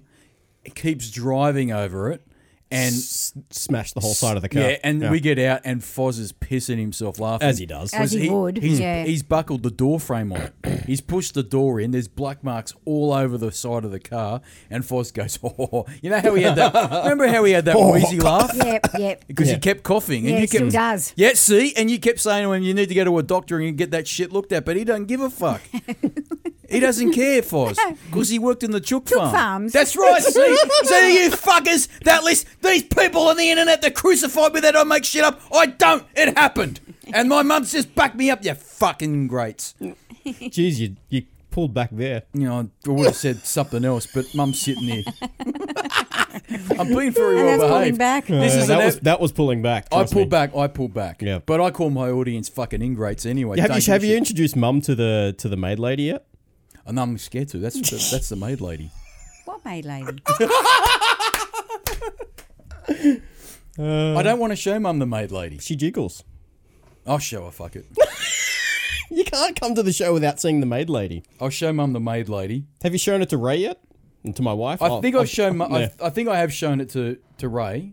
Speaker 1: keeps driving over it, and
Speaker 2: S- smashed the whole side of the car.
Speaker 1: yeah, and we get out, and Foz is pissing himself laughing.
Speaker 2: As he does.
Speaker 3: As he would,
Speaker 1: He's,
Speaker 3: yeah.
Speaker 1: he's buckled the door frame on it. He's pushed the door in. There's black marks all over the side of the car. And Foz goes, oh. You know how he had that? remember how he had that wheezy laugh?
Speaker 3: Yep, yep.
Speaker 1: Because
Speaker 2: Oh. Yeah.
Speaker 1: he kept coughing.
Speaker 3: Yeah,
Speaker 1: and you
Speaker 3: he
Speaker 1: kept,
Speaker 3: still does.
Speaker 1: Yeah, see? And you kept saying to him, you need to go to a doctor and get that shit looked at. But he doesn't give a fuck. he doesn't care, Foz. Because he worked in the chook, farm.
Speaker 3: farms.
Speaker 1: That's right, see? see, you fuckers, that list, these people on the internet that crucified me that I make shit up, I don't. It happened. And my mum's just backed me up, you fucking greats. You
Speaker 2: Jeez, you, you pulled back there.
Speaker 1: know, I would have said something else, but mum's sitting here. I'm being very
Speaker 3: And
Speaker 1: well
Speaker 3: that's pulling
Speaker 1: behaved.
Speaker 3: back.
Speaker 1: This
Speaker 2: Uh,
Speaker 1: is
Speaker 2: that,
Speaker 1: an
Speaker 2: was,
Speaker 1: ep-
Speaker 2: that was pulling back.
Speaker 1: I
Speaker 2: trust
Speaker 1: pull
Speaker 2: me.
Speaker 1: back. I pull back.
Speaker 2: Yeah.
Speaker 1: But I call my audience fucking ingrates anyway.
Speaker 2: Have
Speaker 1: Don't
Speaker 2: you,
Speaker 1: give a
Speaker 2: have you
Speaker 1: shit.
Speaker 2: introduced mum to the to the maid lady yet?
Speaker 1: And I'm scared to. That's the, that's the maid lady.
Speaker 3: What maid lady?
Speaker 2: Uh.
Speaker 1: I don't want to show mum the maid lady.
Speaker 2: She jiggles.
Speaker 1: I'll show her. Fuck it.
Speaker 2: You can't come to the show without seeing the maid lady.
Speaker 1: I'll show mum the maid lady.
Speaker 2: Have you shown it to Ray yet? And to my wife?
Speaker 1: I
Speaker 2: Oh,
Speaker 1: think
Speaker 2: oh,
Speaker 1: I've shown. My,
Speaker 2: yeah. Hmm.
Speaker 1: I, I think I have shown it to to Ray.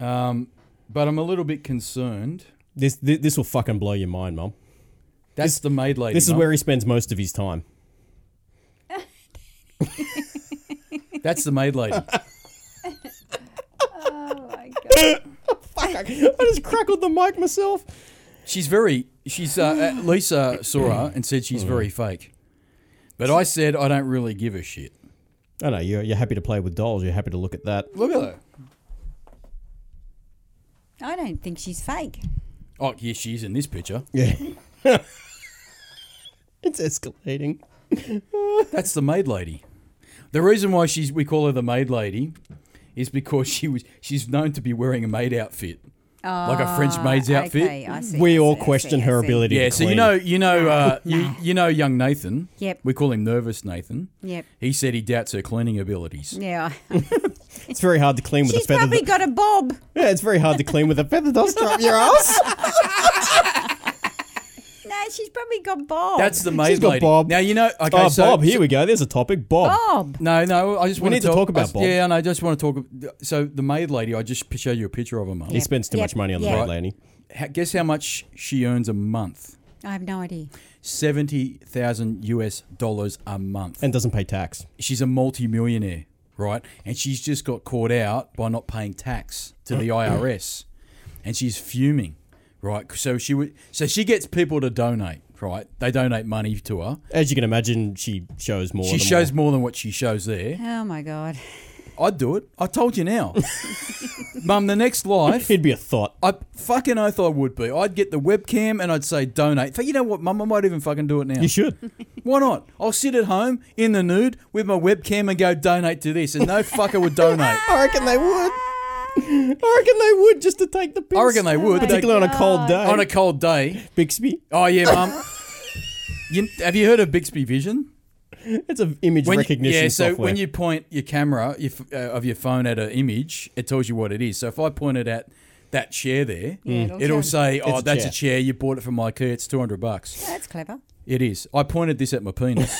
Speaker 1: Um, but I'm a little bit concerned.
Speaker 2: This, this this will fucking blow your mind, mum.
Speaker 1: That's the maid lady.
Speaker 2: This is
Speaker 1: mum.
Speaker 2: where he spends most of his time.
Speaker 1: That's the maid lady.
Speaker 3: Oh my god.
Speaker 2: Fuck! I, I just crackled the mic myself.
Speaker 1: She's very. She's uh, uh, Lisa saw her and said
Speaker 2: Hmm.
Speaker 1: she's very fake. But I said I don't really give a shit.
Speaker 2: I know you're you're happy to play with dolls. You're happy to look at that.
Speaker 1: Look at her.
Speaker 3: I don't think she's fake.
Speaker 1: Oh, yes, she is in this picture.
Speaker 2: Yeah. it's escalating.
Speaker 1: That's the maid lady. The reason why she's we call her the maid lady is because she was she's known to be wearing a maid outfit, like a French maid's
Speaker 3: Ah,
Speaker 1: outfit.
Speaker 3: Okay, I see,
Speaker 2: we
Speaker 3: I
Speaker 2: all
Speaker 3: see, I
Speaker 2: question
Speaker 3: see, I
Speaker 2: her
Speaker 3: see.
Speaker 2: ability.
Speaker 1: Yeah,
Speaker 2: to
Speaker 1: so you
Speaker 2: clean.
Speaker 1: know, you know, uh, you you know, young Nathan.
Speaker 3: Yep.
Speaker 1: We call him nervous Nathan.
Speaker 3: Yep.
Speaker 1: He said he doubts her cleaning abilities.
Speaker 3: Yeah.
Speaker 2: it's very hard to clean with
Speaker 3: She's
Speaker 2: a feather.
Speaker 3: probably got a bob.
Speaker 2: yeah, it's very hard to clean with a feather duster up your ass.
Speaker 3: No, she's probably got bob.
Speaker 1: That's the maid
Speaker 2: She's got
Speaker 1: lady.
Speaker 2: Bob.
Speaker 1: Now you know. Okay,
Speaker 2: oh,
Speaker 1: so,
Speaker 2: Bob, here we go. There's a topic. Bob.
Speaker 3: bob.
Speaker 1: No, no. I just want
Speaker 2: need to
Speaker 1: talk,
Speaker 2: talk about
Speaker 1: I,
Speaker 2: Bob.
Speaker 1: Yeah, and I just want to talk. So the maid lady, I just show you a picture of her, mum.
Speaker 2: He spends too
Speaker 3: Yep,
Speaker 2: much money on the
Speaker 3: yep.
Speaker 2: maid lady.
Speaker 1: Ha- Guess how much she earns a month?
Speaker 3: I have no idea.
Speaker 1: Seventy thousand US dollars a month.
Speaker 2: And doesn't pay tax.
Speaker 1: she's a multi-millionaire, right? And she's just got caught out by not paying tax to the IRS, and she's fuming, right? So she would, so she gets people to donate, right? They donate money to her.
Speaker 2: As you can imagine, she shows more.
Speaker 1: She
Speaker 2: than
Speaker 1: shows more than what she shows there.
Speaker 3: Oh my god.
Speaker 1: I'd do it. I told you now, Mum. The next life.
Speaker 2: It'd be a thought.
Speaker 1: I fucking oath I would be. I'd get the webcam and I'd say donate. But you know what, Mum? I might even fucking do it now.
Speaker 2: You should.
Speaker 1: Why not? I'll sit at home in the nude with my webcam and go donate to this, and no fucker would donate.
Speaker 2: I reckon they would. I reckon they would just to take the piss. Oh
Speaker 1: I reckon they would. They-
Speaker 2: particularly on a cold day.
Speaker 1: on a cold day.
Speaker 2: Bixby.
Speaker 1: Oh yeah, mum. you, have you heard of Bixby Vision?
Speaker 2: It's an image
Speaker 1: When you-
Speaker 2: recognition
Speaker 1: yeah, so
Speaker 2: software.
Speaker 1: when you point your camera your, f- uh, of your phone at an image, it tells you what it is. So if I pointed at that chair there,
Speaker 3: Yeah, it'll
Speaker 1: it'll,
Speaker 3: tell you.
Speaker 1: say, "Oh,
Speaker 2: a
Speaker 1: that's
Speaker 2: chair.
Speaker 1: a chair. You bought it from IKEA. It's two hundred bucks."
Speaker 3: That's clever.
Speaker 1: It is. I pointed this at my penis.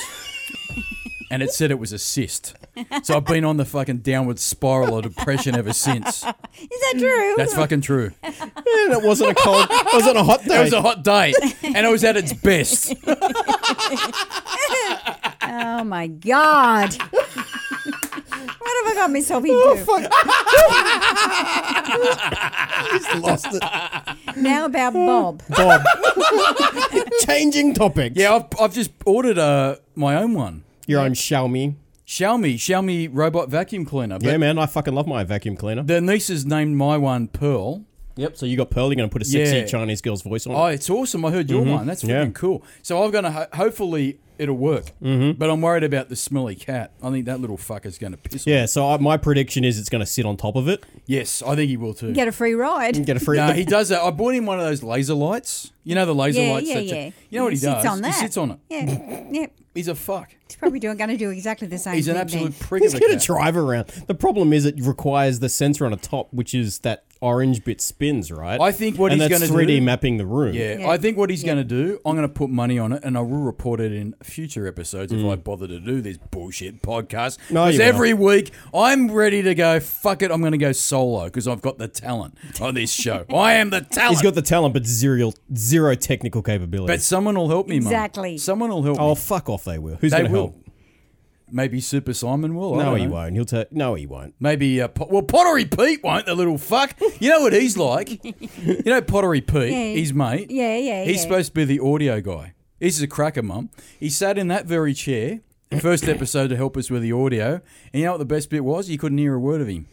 Speaker 1: and it said it was a cyst. So I've been on the fucking downward spiral of depression ever since.
Speaker 3: Is that true?
Speaker 1: That's fucking true.
Speaker 2: And it wasn't a cold. It wasn't a hot day.
Speaker 1: It was a hot day, and it was at its best.
Speaker 3: oh my god! what have I got myself into?
Speaker 2: Oh, fuck. He's lost it.
Speaker 3: now about Bob.
Speaker 2: Bob. Changing topics.
Speaker 1: Yeah, I've, I've just ordered uh, my own one.
Speaker 2: Your own Xiaomi.
Speaker 1: Xiaomi, Xiaomi robot vacuum cleaner. But
Speaker 2: Yeah, man. I fucking love my vacuum cleaner.
Speaker 1: The nieces named my one Pearl.
Speaker 2: Yep. So you got Pearl. You're gonna put a sexy
Speaker 1: Yeah.
Speaker 2: Chinese girl's voice on. it.
Speaker 1: Oh, it's awesome. I heard your one. That's
Speaker 2: Yeah.
Speaker 1: fucking cool. So I'm going to, ho- hopefully, it'll work. Mm-hmm. But I'm worried about the smelly cat. I think that little fucker's going to piss me.
Speaker 2: Yeah. So I, my prediction is it's gonna sit on top of it
Speaker 1: Yes, I think he will too.
Speaker 3: Get a free ride.
Speaker 2: and get a free.
Speaker 1: No, he does that. I bought him one of those laser lights. You know the laser
Speaker 3: Yeah,
Speaker 1: lights.
Speaker 3: yeah,
Speaker 1: that-
Speaker 3: yeah.
Speaker 1: You know what he,
Speaker 3: sits
Speaker 1: does?
Speaker 3: On that.
Speaker 1: He sits on it.
Speaker 3: Yeah, yeah.
Speaker 1: He's a fuck.
Speaker 3: He's probably doing, going to do exactly the same.
Speaker 1: He's an
Speaker 3: thing
Speaker 1: absolute
Speaker 3: Then.
Speaker 1: prick.
Speaker 2: He's
Speaker 1: of a
Speaker 2: gonna
Speaker 1: cat.
Speaker 2: drive around. The problem is it requires the sensor on the top, which is that orange bit spins, right?
Speaker 1: I think what
Speaker 2: and
Speaker 1: he's
Speaker 2: that's
Speaker 1: gonna
Speaker 2: 3D
Speaker 1: do-
Speaker 2: mapping the room.
Speaker 1: Yeah,
Speaker 3: Yeah.
Speaker 1: I think what he's going to do, I'm going to put money on it, and I will report it in future episodes if I bother to do this bullshit podcast.
Speaker 2: Mm. No, you
Speaker 1: Because every week I'm ready to go. Fuck it, I'm going to go solo because I've got the talent on this show. I am the talent.
Speaker 2: He's got the talent, but zero zero technical capability.
Speaker 1: but someone will help me, Mum.
Speaker 3: Exactly.
Speaker 1: Someone will help.
Speaker 2: oh,
Speaker 1: me.
Speaker 2: fuck off! They will. Who's
Speaker 1: they
Speaker 2: gonna
Speaker 1: will.
Speaker 2: help?
Speaker 1: Maybe Super Simon will. I
Speaker 2: No,
Speaker 1: don't
Speaker 2: he
Speaker 1: know.
Speaker 2: won't. He'll tell. No, he won't.
Speaker 1: Maybe uh, po- well, Pottery Pete won't. The little fuck. You know what he's like. you know Pottery Pete.
Speaker 3: Yeah.
Speaker 1: His mate.
Speaker 3: Yeah, yeah,
Speaker 1: He's
Speaker 3: yeah.
Speaker 1: supposed to be the audio guy. This is a cracker, mum. He sat in that very chair. the First episode to help us with the audio, and you know what the best bit was? You couldn't hear a word of him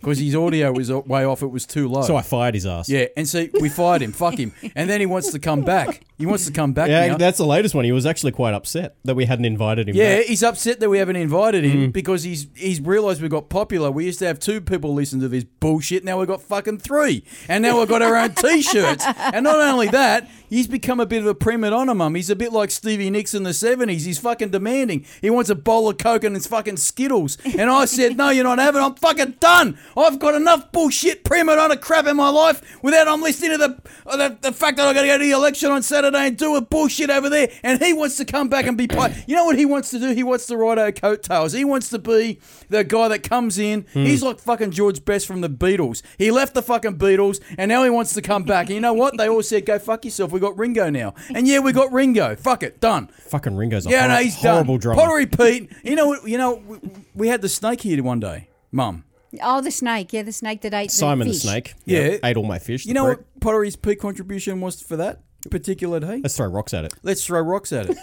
Speaker 1: because his audio was uh, way off. It was too low.
Speaker 2: So I fired his ass.
Speaker 1: yeah, and see, we fired him. Fuck him. And then he wants to come back. He wants to come back.
Speaker 2: Yeah,
Speaker 1: now.
Speaker 2: that's the latest one. He was actually quite upset that we hadn't invited him.
Speaker 1: Yeah,
Speaker 2: back. Mm.
Speaker 1: he's upset that we haven't invited him because he's he's realised we got popular. We used to have two people listen to this bullshit. Now we've got fucking three, and now we've got our own t-shirts. And not only that, he's become a bit of a prima donna mum. He's a bit like Stevie Nicks in the seventies. He's fucking demanding. He wants a bowl of coke and his fucking Skittles. And I said, no, you're not having. it. I'm fucking done. I've got enough bullshit prima donna crap in my life without I'm listening to the uh, the, the fact that I got to go to the election on Saturday and do a bullshit over there. And he wants to come back and be part. You know what he wants to do? He wants to ride our coattails. He wants to be the guy that comes in.
Speaker 2: Hmm.
Speaker 1: He's like fucking George Best from the Beatles. He left the fucking Beatles and now he wants to come back. And you know what? They all said, "Go fuck yourself." We got Ringo now, and yeah, we got Ringo. Fuck it, done.
Speaker 2: Fucking Ringo's a
Speaker 1: Yeah,
Speaker 2: hor-
Speaker 1: no, he's
Speaker 2: horrible
Speaker 1: done.
Speaker 2: drummer.
Speaker 1: Pottery Pete. You know, what- you know, we, we had the snake here one day, Mum.
Speaker 3: Oh, the snake. Yeah, the snake that ate
Speaker 2: Simon
Speaker 3: the
Speaker 2: the
Speaker 3: fish.
Speaker 2: Snake.
Speaker 1: Yeah.
Speaker 2: Yep, ate all my fish.
Speaker 1: You
Speaker 2: the
Speaker 1: know
Speaker 2: prick.
Speaker 1: what Pottery's Pete contribution was for that particular day?
Speaker 2: Let's throw rocks at it.
Speaker 1: Let's throw rocks at it.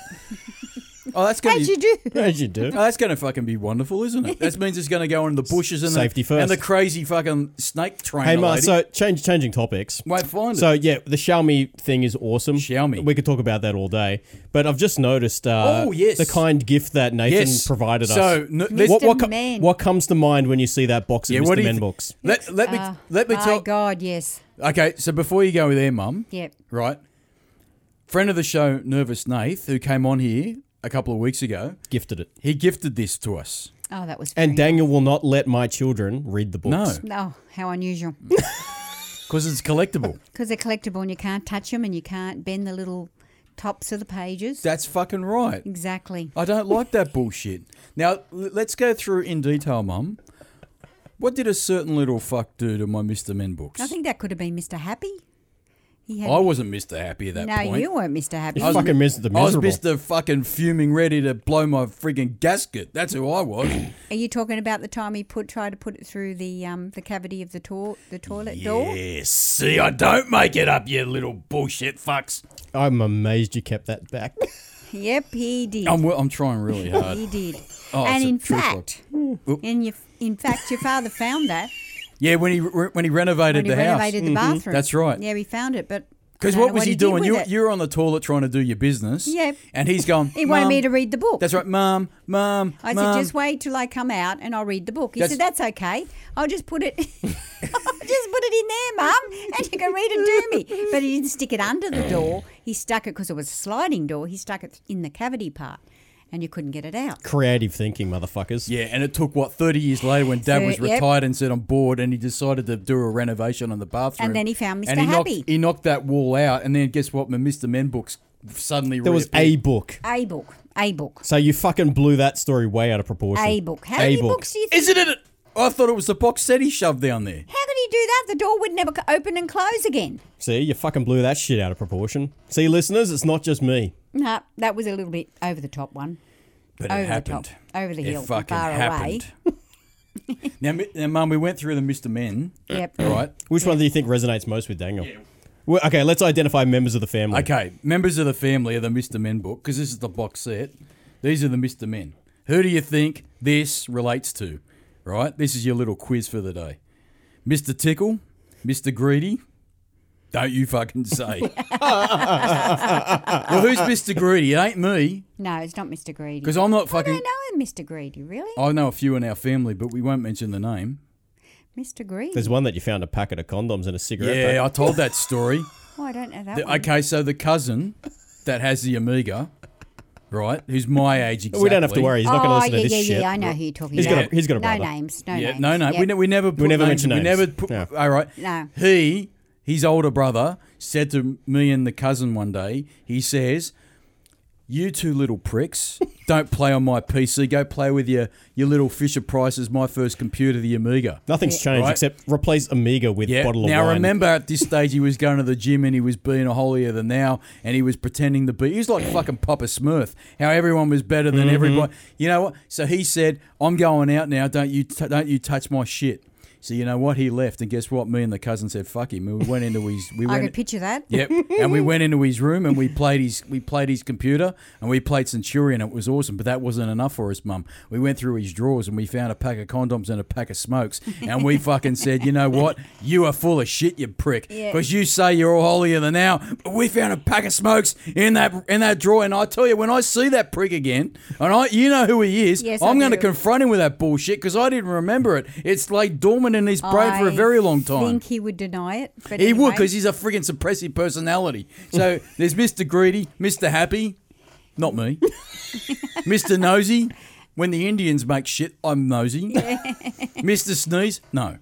Speaker 1: oh, that's going
Speaker 3: How'd you
Speaker 1: to.
Speaker 3: do?
Speaker 2: As you do.
Speaker 1: Oh, that's going to fucking be wonderful, isn't it? That means it's going to go in the bushes and
Speaker 2: Safety
Speaker 1: the,
Speaker 2: first.
Speaker 1: and the crazy fucking snake train.
Speaker 2: Hey, Ma,
Speaker 1: lady
Speaker 2: so change, changing topics.
Speaker 1: won't find
Speaker 2: So
Speaker 1: it.
Speaker 2: yeah, the Xiaomi thing is awesome.
Speaker 1: Xiaomi.
Speaker 2: We could talk about that all day, but I've just noticed. Uh,
Speaker 1: Oh, yes.
Speaker 2: the kind gift that Nathan
Speaker 1: Yes.
Speaker 2: provided us.
Speaker 1: So, no- let's-
Speaker 2: what, what,
Speaker 3: Mr.
Speaker 2: co-
Speaker 3: Men.
Speaker 2: what comes to mind when you see that box of Mr.
Speaker 1: do you
Speaker 2: Men
Speaker 1: thi-
Speaker 2: books?
Speaker 1: Let, let me
Speaker 3: Ah,
Speaker 1: let me
Speaker 3: my
Speaker 1: tell.
Speaker 3: God, yes.
Speaker 1: Okay, so before you go there, Mum.
Speaker 3: Yep.
Speaker 1: Right. Friend of the show, Nervous Nath, who came on here a couple of weeks ago,
Speaker 2: Gifted it.
Speaker 1: he gifted this to us.
Speaker 3: Oh, that was.
Speaker 2: And
Speaker 3: very-
Speaker 2: Daniel will not let my children read the books.
Speaker 1: No,
Speaker 3: Oh, how unusual.
Speaker 1: because it's collectible.
Speaker 3: Because they're collectible and you can't touch them and you can't bend the little tops of the pages.
Speaker 1: That's fucking right.
Speaker 3: exactly.
Speaker 1: I don't like that bullshit. Now, l- let's go through in detail, Mum. What did a certain little fuck do to my Mr. Men books?
Speaker 3: I think that could have been Mr. Happy. He had.
Speaker 1: I wasn't Mr. Happy at that
Speaker 3: no,
Speaker 1: point.
Speaker 3: you weren't Mr. Happy.
Speaker 2: You fucking missed the
Speaker 1: I was
Speaker 2: miserable.
Speaker 1: Mr. fucking fuming, ready to blow my friggin' gasket. That's who I was.
Speaker 3: Are you talking about the time he put tried to put it through the um the cavity of the to- the toilet door?
Speaker 1: yes, see, I don't make it up, you little bullshit fucks.
Speaker 2: I'm amazed you kept that back.
Speaker 3: Yep, he did.
Speaker 1: I'm, wo- I'm trying really hard.
Speaker 3: he did.
Speaker 1: Oh,
Speaker 3: and
Speaker 1: it's a
Speaker 3: in
Speaker 1: truth
Speaker 3: fact, and you, in fact, your father found that
Speaker 1: yeah, when he re- when he renovated
Speaker 3: when he
Speaker 1: the house.
Speaker 3: renovated
Speaker 1: Mm-hmm.
Speaker 3: the bathroom.
Speaker 1: That's right.
Speaker 3: Yeah, he found it, but I
Speaker 1: Because
Speaker 3: don't
Speaker 1: what
Speaker 3: know
Speaker 1: was he,
Speaker 3: did
Speaker 1: doing?
Speaker 3: with
Speaker 1: You,
Speaker 3: it.
Speaker 1: you were on the toilet trying to do your business.
Speaker 3: Yep.
Speaker 1: And he's gone.
Speaker 3: He wanted me
Speaker 1: "Mum."
Speaker 3: to read the book.
Speaker 1: um, That's right, mum, mum,
Speaker 3: I
Speaker 1: mum.
Speaker 3: said, just wait till I come out and I'll read the book. He said,
Speaker 1: That's-
Speaker 3: that's okay. I'll just put it, I'll just put it in there, Mum, and you can read it to me. But he didn't stick it under the door. He stuck it because it was a sliding door. He stuck it in the cavity part, and you couldn't get it out.
Speaker 2: Creative thinking, motherfuckers.
Speaker 1: Yeah, and it took what thirty years later when Dad
Speaker 3: So,
Speaker 1: was
Speaker 3: yep.
Speaker 1: retired and said I'm bored, and he decided to do a renovation on the bathroom.
Speaker 3: And then he found
Speaker 1: And
Speaker 3: Mr.
Speaker 1: he knocked-
Speaker 3: Happy.
Speaker 1: he knocked that wall out, and then guess what? My Mr. Men books suddenly
Speaker 2: There was
Speaker 1: reappeared.
Speaker 2: a book.
Speaker 3: A book. A book.
Speaker 2: So you fucking blew that story way out of proportion.
Speaker 3: A book. How many books do you think?
Speaker 1: Isn't it? I thought it was the box set he shoved down there.
Speaker 3: How could he do that? The door would never co- open and close again.
Speaker 2: See, you fucking blew that shit out of proportion. See, listeners, it's not just me.
Speaker 3: No, that was a little bit over the top one.
Speaker 1: But
Speaker 3: Over
Speaker 1: it
Speaker 3: the
Speaker 1: happened.
Speaker 3: top, over the
Speaker 1: it
Speaker 3: hill,
Speaker 1: fucking
Speaker 3: far away.
Speaker 1: happened. now, mi- now, Mum, we went through the Mr. Men.
Speaker 3: Yep.
Speaker 1: All right.
Speaker 2: Which one do you think resonates most with Daniel? Well, okay, let's identify members of the family.
Speaker 1: Okay, members of the family of the Mr. Men book, because this is the box set. These are the Mr. Men. Who do you think this relates to? Right? This is your little quiz for the day. Mr. Tickle, Mr. Greedy. Don't you fucking say. well, who's Mr. Greedy? It ain't me,
Speaker 3: No, it's not Mr. Greedy.
Speaker 1: because Oh, I'm not
Speaker 3: I
Speaker 1: fucking.
Speaker 3: don't know him, Mr. Greedy, really?
Speaker 1: I know a few in our family, but we won't mention the name.
Speaker 3: Mr. Greedy.
Speaker 2: There's one that you found a packet of condoms and a cigarette.
Speaker 1: Yeah,
Speaker 2: pack.
Speaker 1: I told that story.
Speaker 3: oh, I don't know that
Speaker 1: The-
Speaker 3: one.
Speaker 1: okay, so the cousin that has the Amiga, right? Who's my age exactly?
Speaker 2: we don't have to worry. He's not going to
Speaker 3: oh,
Speaker 2: listen
Speaker 3: yeah,
Speaker 2: to this
Speaker 3: yeah,
Speaker 2: shit.
Speaker 3: yeah, I know who you're talking
Speaker 2: He's got
Speaker 3: about.
Speaker 2: a- he's got a
Speaker 3: no
Speaker 2: brother.
Speaker 3: names, no
Speaker 1: yeah,
Speaker 3: names.
Speaker 1: no, no, we,
Speaker 3: Yep.
Speaker 1: ne- we never put
Speaker 2: never mention
Speaker 1: We
Speaker 2: names.
Speaker 1: never put.
Speaker 2: No.
Speaker 1: All right.
Speaker 3: No.
Speaker 1: He, his older brother, said to me and the cousin one day. He says, "You two little pricks, don't play on my PC. Go play with your your little Fisher Price's my first computer, the Amiga."
Speaker 2: Nothing's changed
Speaker 1: Right.
Speaker 2: except replace Amiga with
Speaker 1: Yeah.
Speaker 2: bottle of
Speaker 1: now
Speaker 2: wine.
Speaker 1: remember, at this stage, he was going to the gym and he was being a holier than thou, and he was pretending to be. He was like fucking Papa Smurf. How everyone was better
Speaker 2: Mm-hmm.
Speaker 1: than everybody. You know what? So he said, "I'm going out now. Don't you t- don't you touch my shit." So you know what? He left, and guess what? Me and the cousin said, "Fuck him." We went into his. We
Speaker 3: I
Speaker 1: went.
Speaker 3: could picture that.
Speaker 1: Yep, and we went into his room and we played his we played his computer and we played Centurion. It was awesome, but that wasn't enough for us, Mum. We went through his drawers and we found a pack of condoms and a pack of smokes, and we fucking said, you know what, you are full of shit, you prick,
Speaker 3: Yeah.
Speaker 1: because you say you're all holier than thou, but we found a pack of smokes in that in that drawer, and I tell you, when I see that prick again, and I you know who he is,
Speaker 3: Yes, I
Speaker 1: I'm going to
Speaker 3: do.
Speaker 1: confront him with that bullshit because I didn't remember it. It's laid dormant in his brain for a
Speaker 3: I
Speaker 1: very long time.
Speaker 3: think he would deny it. But
Speaker 1: He would
Speaker 3: anyway.
Speaker 1: because he's a friggin' suppressive personality. So there's Mr. Greedy, Mr. Happy, not me, Mr. Nosy. When the Indians make shit, I'm nosy. Mr. Sneeze, no.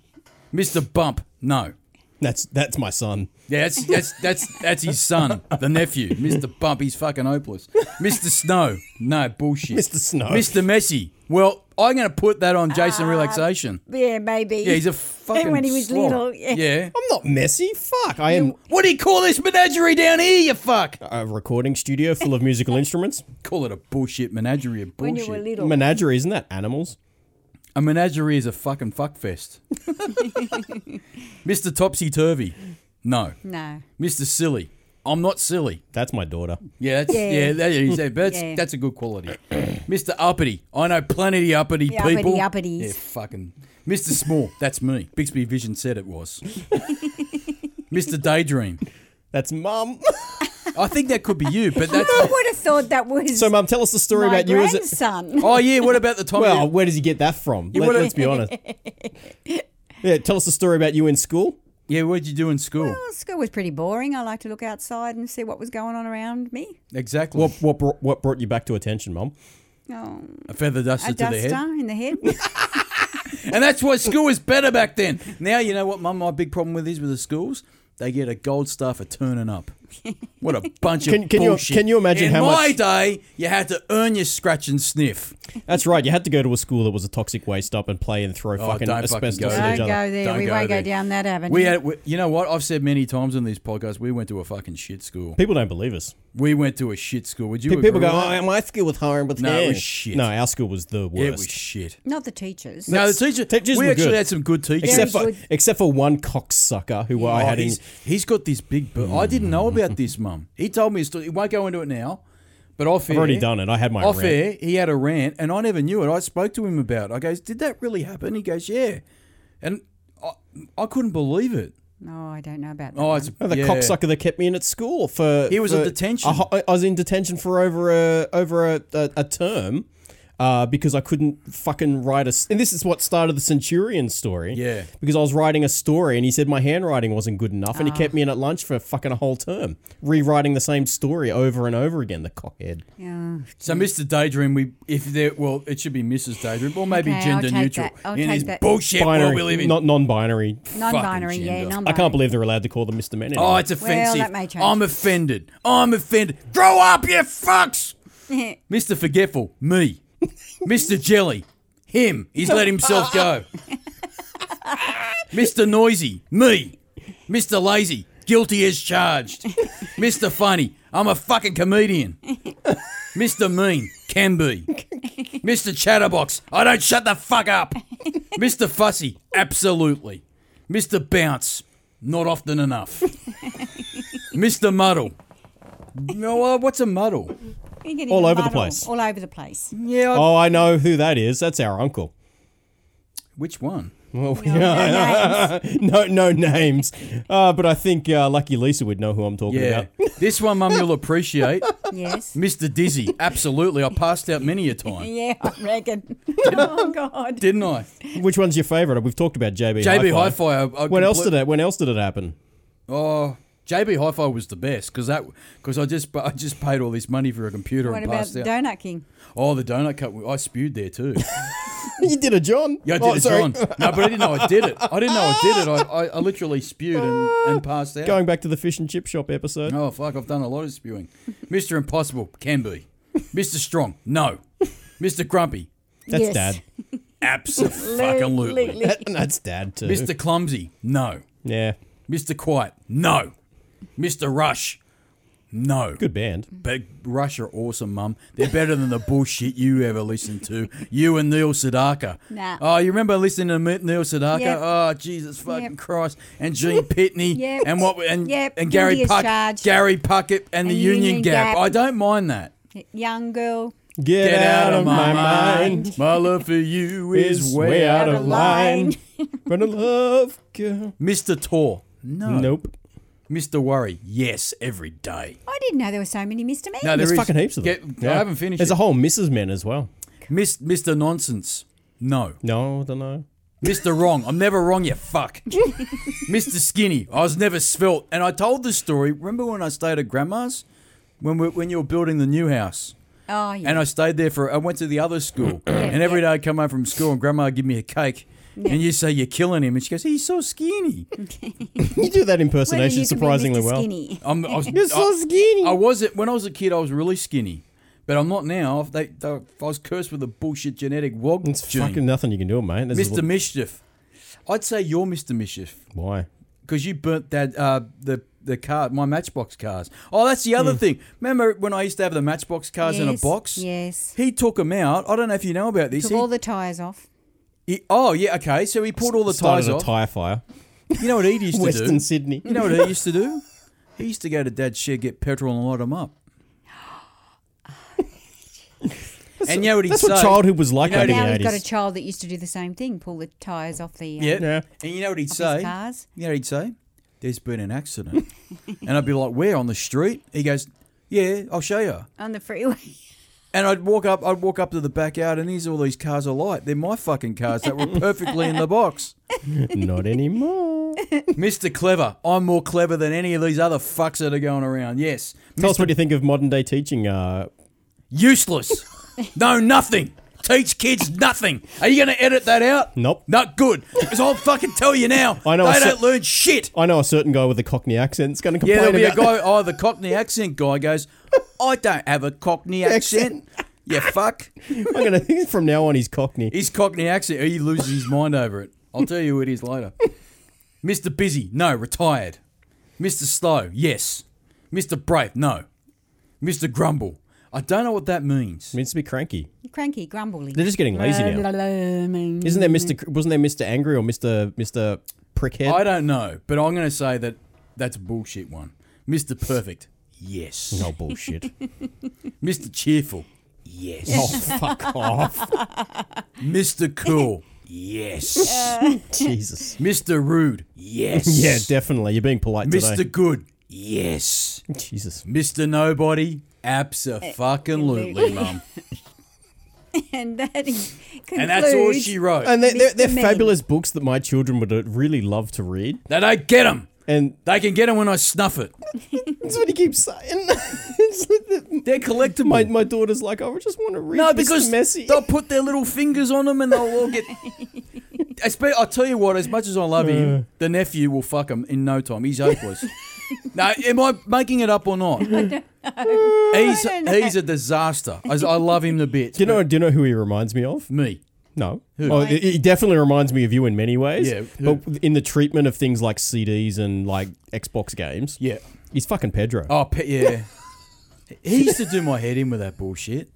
Speaker 1: Mr. Bump, no.
Speaker 2: That's that's my son.
Speaker 1: Yeah, that's that's that's that's his son, the nephew, Mr. Bump. He's fucking hopeless. Mr. Snow, no bullshit.
Speaker 2: Mr. Snow.
Speaker 1: Mr. Messy. Well, I'm gonna put that on Jason Relaxation.
Speaker 3: Yeah, maybe.
Speaker 1: Yeah, he's a fucking.
Speaker 3: Ah. when he was
Speaker 1: slob.
Speaker 3: little, yeah.
Speaker 1: yeah.
Speaker 2: I'm not messy. Fuck. I am
Speaker 1: What do you call this menagerie down here, you fuck?
Speaker 2: a recording studio full of musical instruments.
Speaker 1: Call it a bullshit menagerie of
Speaker 3: when
Speaker 1: bullshit.
Speaker 3: you were little.
Speaker 2: Menagerie, isn't that animals?
Speaker 1: a menagerie is a fucking fuck fest. Mr. Topsy Turvy. No.
Speaker 3: No.
Speaker 1: Mr. Silly. I'm not silly.
Speaker 2: That's my daughter.
Speaker 1: Yeah, that's, yeah,
Speaker 3: Yeah.
Speaker 1: that is, yeah, but that's,
Speaker 3: Yeah.
Speaker 1: that's a good quality. Mr. Uppity. I know plenty of uppity
Speaker 3: The uppity
Speaker 1: people.
Speaker 3: uppities.
Speaker 1: Yeah, fucking. Mr. Small. That's me. Bixby Vision said it was. Mr. Daydream.
Speaker 2: That's mum.
Speaker 1: I think that could be you, but that's.
Speaker 3: I would have thought that was
Speaker 2: so mum, tell us the story
Speaker 3: my
Speaker 2: about you as a
Speaker 3: grandson.
Speaker 1: Oh, yeah, what about the time?
Speaker 2: Well,
Speaker 1: you-
Speaker 2: where does he get that from? Let,
Speaker 1: wanna-
Speaker 2: us be honest. Yeah, tell us the story about you in school.
Speaker 1: yeah, what'd you do in school?
Speaker 3: Well, Oh, School was pretty boring. I like to look outside and see what was going on around me.
Speaker 1: exactly.
Speaker 2: What what brought, what brought you back to attention, Mum?
Speaker 3: Oh,
Speaker 1: a feather duster
Speaker 3: a
Speaker 1: to the
Speaker 3: duster
Speaker 1: head.
Speaker 3: in the head.
Speaker 1: And that's why school was better back then. Now you know what mum my big problem with is with the schools? They get a gold star for turning up. What a bunch
Speaker 2: Can-
Speaker 1: of
Speaker 2: can you-
Speaker 1: bullshit.
Speaker 2: can you imagine
Speaker 1: In
Speaker 2: how
Speaker 1: my
Speaker 2: much-
Speaker 1: day you had to earn your scratch and sniff.
Speaker 2: That's right. You had to go to a school that was a toxic waste up and play and throw fucking
Speaker 1: Oh, don't fucking
Speaker 2: asbestos
Speaker 1: go
Speaker 2: at
Speaker 1: there.
Speaker 2: each
Speaker 3: Don't
Speaker 2: other.
Speaker 3: go there.
Speaker 1: Don't
Speaker 3: we
Speaker 1: go
Speaker 3: won't
Speaker 1: there.
Speaker 3: go down that avenue.
Speaker 1: We had we, you know what? I've said many times on these podcasts, we went to a fucking shit school.
Speaker 2: People don't believe us.
Speaker 1: We went to a shit school. Would you
Speaker 2: Pe- People
Speaker 1: agree
Speaker 2: go,
Speaker 1: with
Speaker 2: "Oh,
Speaker 1: that?
Speaker 2: my school was horrible."
Speaker 1: No, it was shit.
Speaker 2: No, our school was the worst.
Speaker 1: It was shit.
Speaker 3: Not the teachers.
Speaker 1: No, the teacher,
Speaker 2: Teachers
Speaker 1: we
Speaker 2: were
Speaker 1: actually
Speaker 2: good.
Speaker 1: had some good teachers.
Speaker 2: except
Speaker 3: Very
Speaker 2: for
Speaker 3: good.
Speaker 2: except for one cocksucker who I
Speaker 1: Oh,
Speaker 2: had in. Mm.
Speaker 1: he's, he's got this big. Bur- I didn't know about this, Mum. He told me a story. He won't go into it now, but off air,
Speaker 2: already done it. I had my
Speaker 1: off
Speaker 2: rant.
Speaker 1: air. He had a rant, and I never knew it. I spoke to him about. it. I goes, "Did that really happen?" He goes, "Yeah," and I, I couldn't believe it.
Speaker 3: No, I don't know about that.
Speaker 1: Oh, it's
Speaker 2: The
Speaker 1: yeah.
Speaker 2: cocksucker that kept me in at school for
Speaker 1: He was
Speaker 2: for
Speaker 1: in detention.
Speaker 2: a ho- I was in detention for over a over a, a, a term, uh, because I couldn't fucking write a. s- And this is what started the Centurion story.
Speaker 1: Yeah.
Speaker 2: Because I was writing a story and he said my handwriting wasn't good enough and he kept me in at lunch for fucking a whole term, rewriting the same story over and over again, the cockhead.
Speaker 3: Yeah.
Speaker 1: So Mr. Daydream, we if there well, it should be Mrs. Daydream, or maybe
Speaker 3: Okay, I'll
Speaker 1: gender
Speaker 3: take
Speaker 1: neutral.
Speaker 3: that. I'll
Speaker 1: in
Speaker 3: take
Speaker 1: this
Speaker 3: that.
Speaker 1: bullshit world
Speaker 2: Binary,
Speaker 1: we live in.
Speaker 2: not non binary.
Speaker 3: Non-binary, yeah,
Speaker 1: gender. I
Speaker 3: non-binary.
Speaker 2: I can't believe they're allowed to call them Mr. Men anymore.
Speaker 1: oh, it's offensive.
Speaker 3: that may change.
Speaker 1: I'm offended. I'm offended. Grow up, you fucks. Mr. Forgetful, me. Mr. Jelly, him. He's let himself go. Mr. Noisy, me. Mr. Lazy, guilty as charged. Mr. Funny, I'm a fucking comedian. Mr. Mean, can be. Mr. Chatterbox, I don't shut the fuck up. Mr. Fussy, absolutely. Mr. Bounce, not often enough. Mr. Muddle, no, uh, what's a muddle?
Speaker 3: You're getting
Speaker 2: All over the
Speaker 3: muddled
Speaker 2: place.
Speaker 3: All over the place.
Speaker 1: Yeah, I-
Speaker 2: Oh, I know who that is. That's our uncle.
Speaker 1: which one?
Speaker 2: Well,
Speaker 3: No, no names.
Speaker 2: no, no names. Uh, but I think uh, Lucky Lisa would know who I'm talking
Speaker 1: Yeah,
Speaker 2: about.
Speaker 1: this one, Mum, you'll appreciate.
Speaker 3: yes.
Speaker 1: Mr. Dizzy, absolutely. I passed out many a time,
Speaker 3: Yeah, I reckon. oh God.
Speaker 1: didn't I?
Speaker 2: Which one's your favourite? We've talked about JB.
Speaker 1: JB
Speaker 2: Hi-Fi.
Speaker 1: Hi-Fi. I, I
Speaker 2: When else
Speaker 1: complete-
Speaker 2: did it? When else did it happen?
Speaker 1: Oh, JB Hi-Fi was the best because that because I just I just paid all this money for a computer
Speaker 3: What
Speaker 1: and
Speaker 3: about
Speaker 1: passed out.
Speaker 3: Donut King?
Speaker 1: oh, the donut cup. I spewed there too.
Speaker 2: You did a John.
Speaker 1: Yeah, I did
Speaker 2: Oh,
Speaker 1: it,
Speaker 2: sorry.
Speaker 1: John. No, but I didn't know I did it. I didn't know I did it. I, I, I literally spewed and, and passed out.
Speaker 2: Going back to the fish and chip shop episode.
Speaker 1: Oh fuck! I've done a lot of spewing. Mister Impossible can be. Mister Strong, no. Mister Grumpy,
Speaker 2: That's
Speaker 3: Yes.
Speaker 2: dad.
Speaker 1: absolutely.
Speaker 2: That- that's dad too.
Speaker 1: Mister Clumsy, no.
Speaker 2: Yeah,
Speaker 1: Mister Quiet, no. Mister Rush, no.
Speaker 2: good band.
Speaker 1: Big Rush are awesome, Mum. They're better than the bullshit you ever listened to. You and Neil Sedaka.
Speaker 3: Nah.
Speaker 1: Oh, you remember listening to Me- Neil Sedaka?
Speaker 3: Yep.
Speaker 1: Oh, Jesus fucking
Speaker 3: Yep.
Speaker 1: Christ! And Gene Pitney.
Speaker 3: Yep.
Speaker 1: And what? And
Speaker 3: Yep.
Speaker 1: and Gary
Speaker 3: Guilty as
Speaker 1: Puck,
Speaker 3: charged.
Speaker 1: Gary Puckett, and, the Union, Gap. I don't mind that.
Speaker 3: Young girl.
Speaker 2: Get, out, of my mind.
Speaker 1: My love for you is
Speaker 2: Is way out of
Speaker 3: Out of
Speaker 2: line. Run a love. girl.
Speaker 1: Mr. Tor. No.
Speaker 2: Nope.
Speaker 1: Mr. Worry. Yes, every day.
Speaker 3: I didn't know there were so many Mr. Men.
Speaker 1: No, there
Speaker 2: There's
Speaker 1: is-
Speaker 2: fucking heaps of them.
Speaker 1: Get- I haven't finished.
Speaker 2: There's
Speaker 1: it.
Speaker 2: a whole Mrs. Men as well.
Speaker 1: Mis- Mr. Nonsense. No.
Speaker 2: No, I don't know.
Speaker 1: Mr. Wrong. I'm never wrong, you fuck. Mr. Skinny. I was never svelte. And I told this story. Remember when I stayed at Grandma's? When, we, when you were building the new house.
Speaker 3: oh yeah.
Speaker 1: And I stayed there for, I went to the other school. and every day I'd come home from school and Grandma would give me a cake. And you say, You're killing him. And she goes, He's so skinny.
Speaker 2: You do that impersonation
Speaker 3: you could be
Speaker 2: surprisingly
Speaker 3: Mr.
Speaker 2: well.
Speaker 3: Skinny.
Speaker 1: I'm, I was,
Speaker 2: You're so
Speaker 1: I-
Speaker 2: skinny.
Speaker 1: I wasn't when I was a kid. I was really skinny, but I'm not now. If They, they, I was cursed with a bullshit genetic wog
Speaker 2: It's
Speaker 1: gene.
Speaker 2: fucking nothing you can do, mate. There's a
Speaker 1: Mr.
Speaker 2: little-
Speaker 1: Mischief. I'd say you're Mr. Mischief
Speaker 2: Why?
Speaker 1: because you burnt that uh, the the car, my Matchbox cars. Oh, that's the
Speaker 2: Mm.
Speaker 1: other thing. Remember when I used to have the Matchbox cars in a
Speaker 3: Yes,
Speaker 1: box?
Speaker 3: Yes.
Speaker 1: He took them out. I don't know if you know about this.
Speaker 3: Took
Speaker 1: He-
Speaker 3: all the tires off.
Speaker 1: he- oh yeah, okay. So he pulled all the
Speaker 2: Started
Speaker 1: tires
Speaker 2: a
Speaker 1: off.
Speaker 2: tire fire.
Speaker 1: You know what he used to
Speaker 2: Western
Speaker 1: do?
Speaker 2: Sydney.
Speaker 1: You know what he used to do? He used to go to Dad's shed, get petrol, and light them up. and you know what he'd
Speaker 2: That's
Speaker 1: say?
Speaker 2: what childhood was like
Speaker 1: You know,
Speaker 2: back in
Speaker 3: Now
Speaker 2: the
Speaker 3: we've got a
Speaker 2: eighties.
Speaker 3: child that used to do the same thing, pull the tires off the uh,
Speaker 1: Yeah.
Speaker 2: Yeah.
Speaker 1: And you know what he'd
Speaker 3: off
Speaker 1: say?
Speaker 3: his cars.
Speaker 1: You know what he'd say? There's been an accident. and I'd be like, where? On the street? He goes, yeah, I'll show you.
Speaker 3: on the freeway.
Speaker 1: And I'd walk up, I'd walk up to the backyard, and these all these cars alight. They're my fucking cars that were perfectly in the box.
Speaker 2: Not anymore.
Speaker 1: Mr. Clever, I'm more clever than any of these other fucks that are going around. Yes,
Speaker 2: Tell us what you think of modern day teaching. Uh,
Speaker 1: Useless. know nothing. Teach kids nothing. Are you going to edit that out?
Speaker 2: Nope.
Speaker 1: Not good. Because I'll fucking tell you now.
Speaker 2: I know
Speaker 1: They
Speaker 2: a cer-
Speaker 1: don't learn shit.
Speaker 2: I know a certain guy with a Cockney accent is going to complain
Speaker 1: Yeah, there'll be a
Speaker 2: about
Speaker 1: guy. Oh, the Cockney accent guy goes, I don't have a Cockney accent. you fuck.
Speaker 2: I'm going to think from now on he's Cockney.
Speaker 1: His Cockney accent, he loses his mind over it. I'll tell you who it is later. Mr. Busy, no, retired. Mr. Slow, yes. Mr. Brave, no. Mr. Grumble, I don't know what that means.
Speaker 2: It means to be cranky.
Speaker 3: Cranky, grumbly.
Speaker 2: They're just getting
Speaker 1: Uh,
Speaker 2: lazy now. Isn't
Speaker 1: mm.
Speaker 2: there Mr. Cr- Wasn't there Mr. Angry or Mr. Mr. Prickhead?
Speaker 1: I don't know, but I'm going to say that that's a bullshit one. Mr. Perfect, yes.
Speaker 2: No Oh, bullshit.
Speaker 1: Mr. Cheerful, yes.
Speaker 2: oh fuck off,
Speaker 1: Mr. Cool, yes.
Speaker 2: Jesus.
Speaker 1: Mr. Rude, yes.
Speaker 2: Yeah, definitely. You're being polite
Speaker 1: Mr.
Speaker 2: today.
Speaker 1: Good, yes.
Speaker 2: Jesus.
Speaker 1: Mr. Nobody, abso fucking mum.
Speaker 3: and that concludes.
Speaker 1: And that's all she wrote.
Speaker 2: And they're, they're, they're
Speaker 3: Mr. Ming.
Speaker 2: fabulous books that my children would uh, really love to read.
Speaker 1: they don't get them.
Speaker 2: And
Speaker 1: They can get them when I snuff it.
Speaker 2: that's what he keeps saying. It's like that
Speaker 1: They're collectible.
Speaker 2: my, my daughter's like, I just want to read
Speaker 1: no,
Speaker 2: Mr.
Speaker 1: because
Speaker 2: Messy.
Speaker 1: they'll put their little fingers on them and they'll all get. Espe- I'll tell you what, as much as I love him, the nephew will fuck him in no time. He's hopeless. now, am I making it up or not? He's, he's a disaster. I, I love him to bits.
Speaker 2: Do you, know, do you know who he reminds me of?
Speaker 1: me.
Speaker 2: No. Oh, it, it definitely reminds me of you in many ways.
Speaker 1: Yeah, who?
Speaker 2: But in the treatment of things like CDs and like Xbox games.
Speaker 1: Yeah.
Speaker 2: He's fucking Pedro.
Speaker 1: Oh, pe- yeah. he used to do my head in with that bullshit.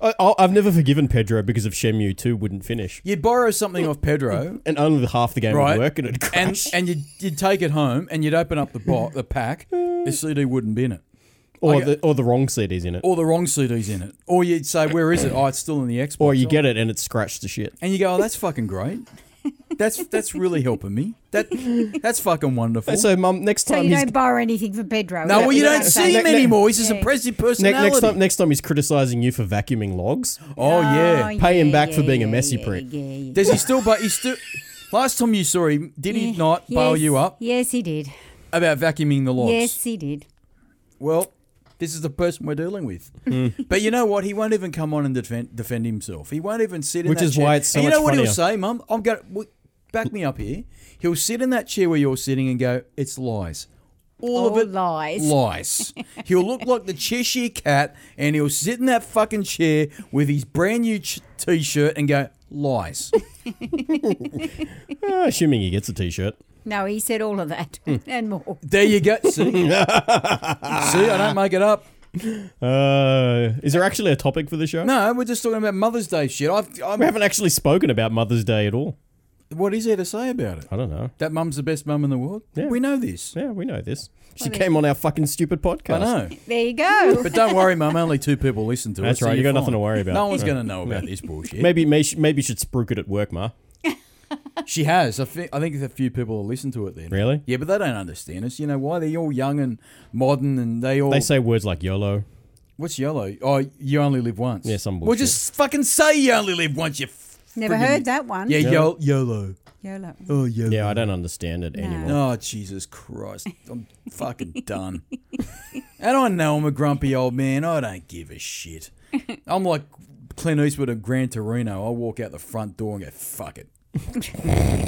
Speaker 2: I, I, I've never forgiven Pedro because of Shenmue 2 wouldn't finish.
Speaker 1: You borrow something off Pedro,
Speaker 2: And only half the game
Speaker 1: Right.
Speaker 2: would work and it'd crash.
Speaker 1: and and you'd, you'd take it home and you'd open up the bo- the pack. The CD wouldn't be in it,
Speaker 2: or, the, or the wrong CDs in it. Or,
Speaker 1: or the wrong CD's in it, or you'd say, "Where is it? Oh, it's still in the Xbox."
Speaker 2: you get it and it's scratched to shit.
Speaker 1: and you go, "Oh, that's fucking great. That's that's really helping me. That that's fucking wonderful."
Speaker 2: So, mum, next
Speaker 3: So
Speaker 2: time
Speaker 3: you
Speaker 2: he's,
Speaker 3: don't borrow anything from Pedro.
Speaker 1: no, well, you
Speaker 2: Yeah,
Speaker 1: don't
Speaker 2: yeah.
Speaker 1: see
Speaker 2: Ne-
Speaker 1: him
Speaker 2: ne-
Speaker 1: anymore. He's a suppressive
Speaker 2: ne-
Speaker 1: personality.
Speaker 2: next time next time he's criticizing you for vacuuming logs.
Speaker 1: oh yeah.
Speaker 2: Pay him back for being a messy prick.
Speaker 1: Does he still? But he still. Last time you saw him, did he not bail you up
Speaker 3: Yes, he did.
Speaker 1: about vacuuming the logs?
Speaker 3: Yes, he did.
Speaker 1: Well, this is the person we're dealing with.
Speaker 2: Hmm.
Speaker 1: But you know what? He won't even come on and defend defend himself. He won't even sit in
Speaker 2: Which
Speaker 1: that
Speaker 2: is
Speaker 1: chair.
Speaker 2: why it's so
Speaker 1: and you
Speaker 2: much
Speaker 1: know what he'll
Speaker 2: funnier.
Speaker 1: say, Mum? I'm going to back me up here. He'll sit in that chair where you're sitting and go, "It's lies." All,
Speaker 3: All
Speaker 1: of it
Speaker 3: lies.
Speaker 1: Lies. he'll look like the Cheshire cat and he'll sit in that fucking chair with his brand new ch- t-shirt and go, "Lies."
Speaker 2: Ah, assuming he gets a t-shirt.
Speaker 3: No, he said all of that
Speaker 2: Hmm.
Speaker 3: and more.
Speaker 1: there you go. See? See, I don't make it up.
Speaker 2: Uh, is there actually a topic for the show?
Speaker 1: No, we're just talking about Mother's Day shit. I've,
Speaker 2: We
Speaker 1: I'm,
Speaker 2: haven't actually spoken about Mother's Day at all.
Speaker 1: what is there to say about it?
Speaker 2: I don't know.
Speaker 1: That mum's the best mum in the world.
Speaker 2: Yeah.
Speaker 1: We know this.
Speaker 2: Yeah, we know this. She came on our fucking stupid
Speaker 1: I
Speaker 2: podcast.
Speaker 1: know.
Speaker 3: There you go.
Speaker 1: But don't worry, mum. Only two people listen to
Speaker 2: That's
Speaker 1: it. so
Speaker 2: right, you
Speaker 1: you're
Speaker 2: got
Speaker 1: fine.
Speaker 2: nothing to worry about.
Speaker 1: No one's
Speaker 2: Yeah.
Speaker 1: going to know about this bullshit.
Speaker 2: Maybe, may maybe you should spruik it at work, Ma.
Speaker 1: She has. I think. I think a few people will listen to it then.
Speaker 2: Really?
Speaker 1: Yeah, but they don't understand us. You know why? They're all young and modern, and they all.
Speaker 2: They say words like YOLO.
Speaker 1: What's yellow? Oh, you only live once.
Speaker 2: Yeah, some
Speaker 1: Well,
Speaker 2: bullshit.
Speaker 1: just fucking say you only live once. You. F-
Speaker 3: Never
Speaker 1: friggin-
Speaker 3: heard that one.
Speaker 1: Yeah, yo- YOLO.
Speaker 3: YOLO.
Speaker 1: Oh, YOLO.
Speaker 2: Yeah, I don't understand it anymore.
Speaker 1: Oh, Jesus Christ. I'm fucking done. and I know I'm a grumpy old man. I don't give a shit. I'm like Clint Eastwood of Gran Torino. I walk out the front door and go, fuck it.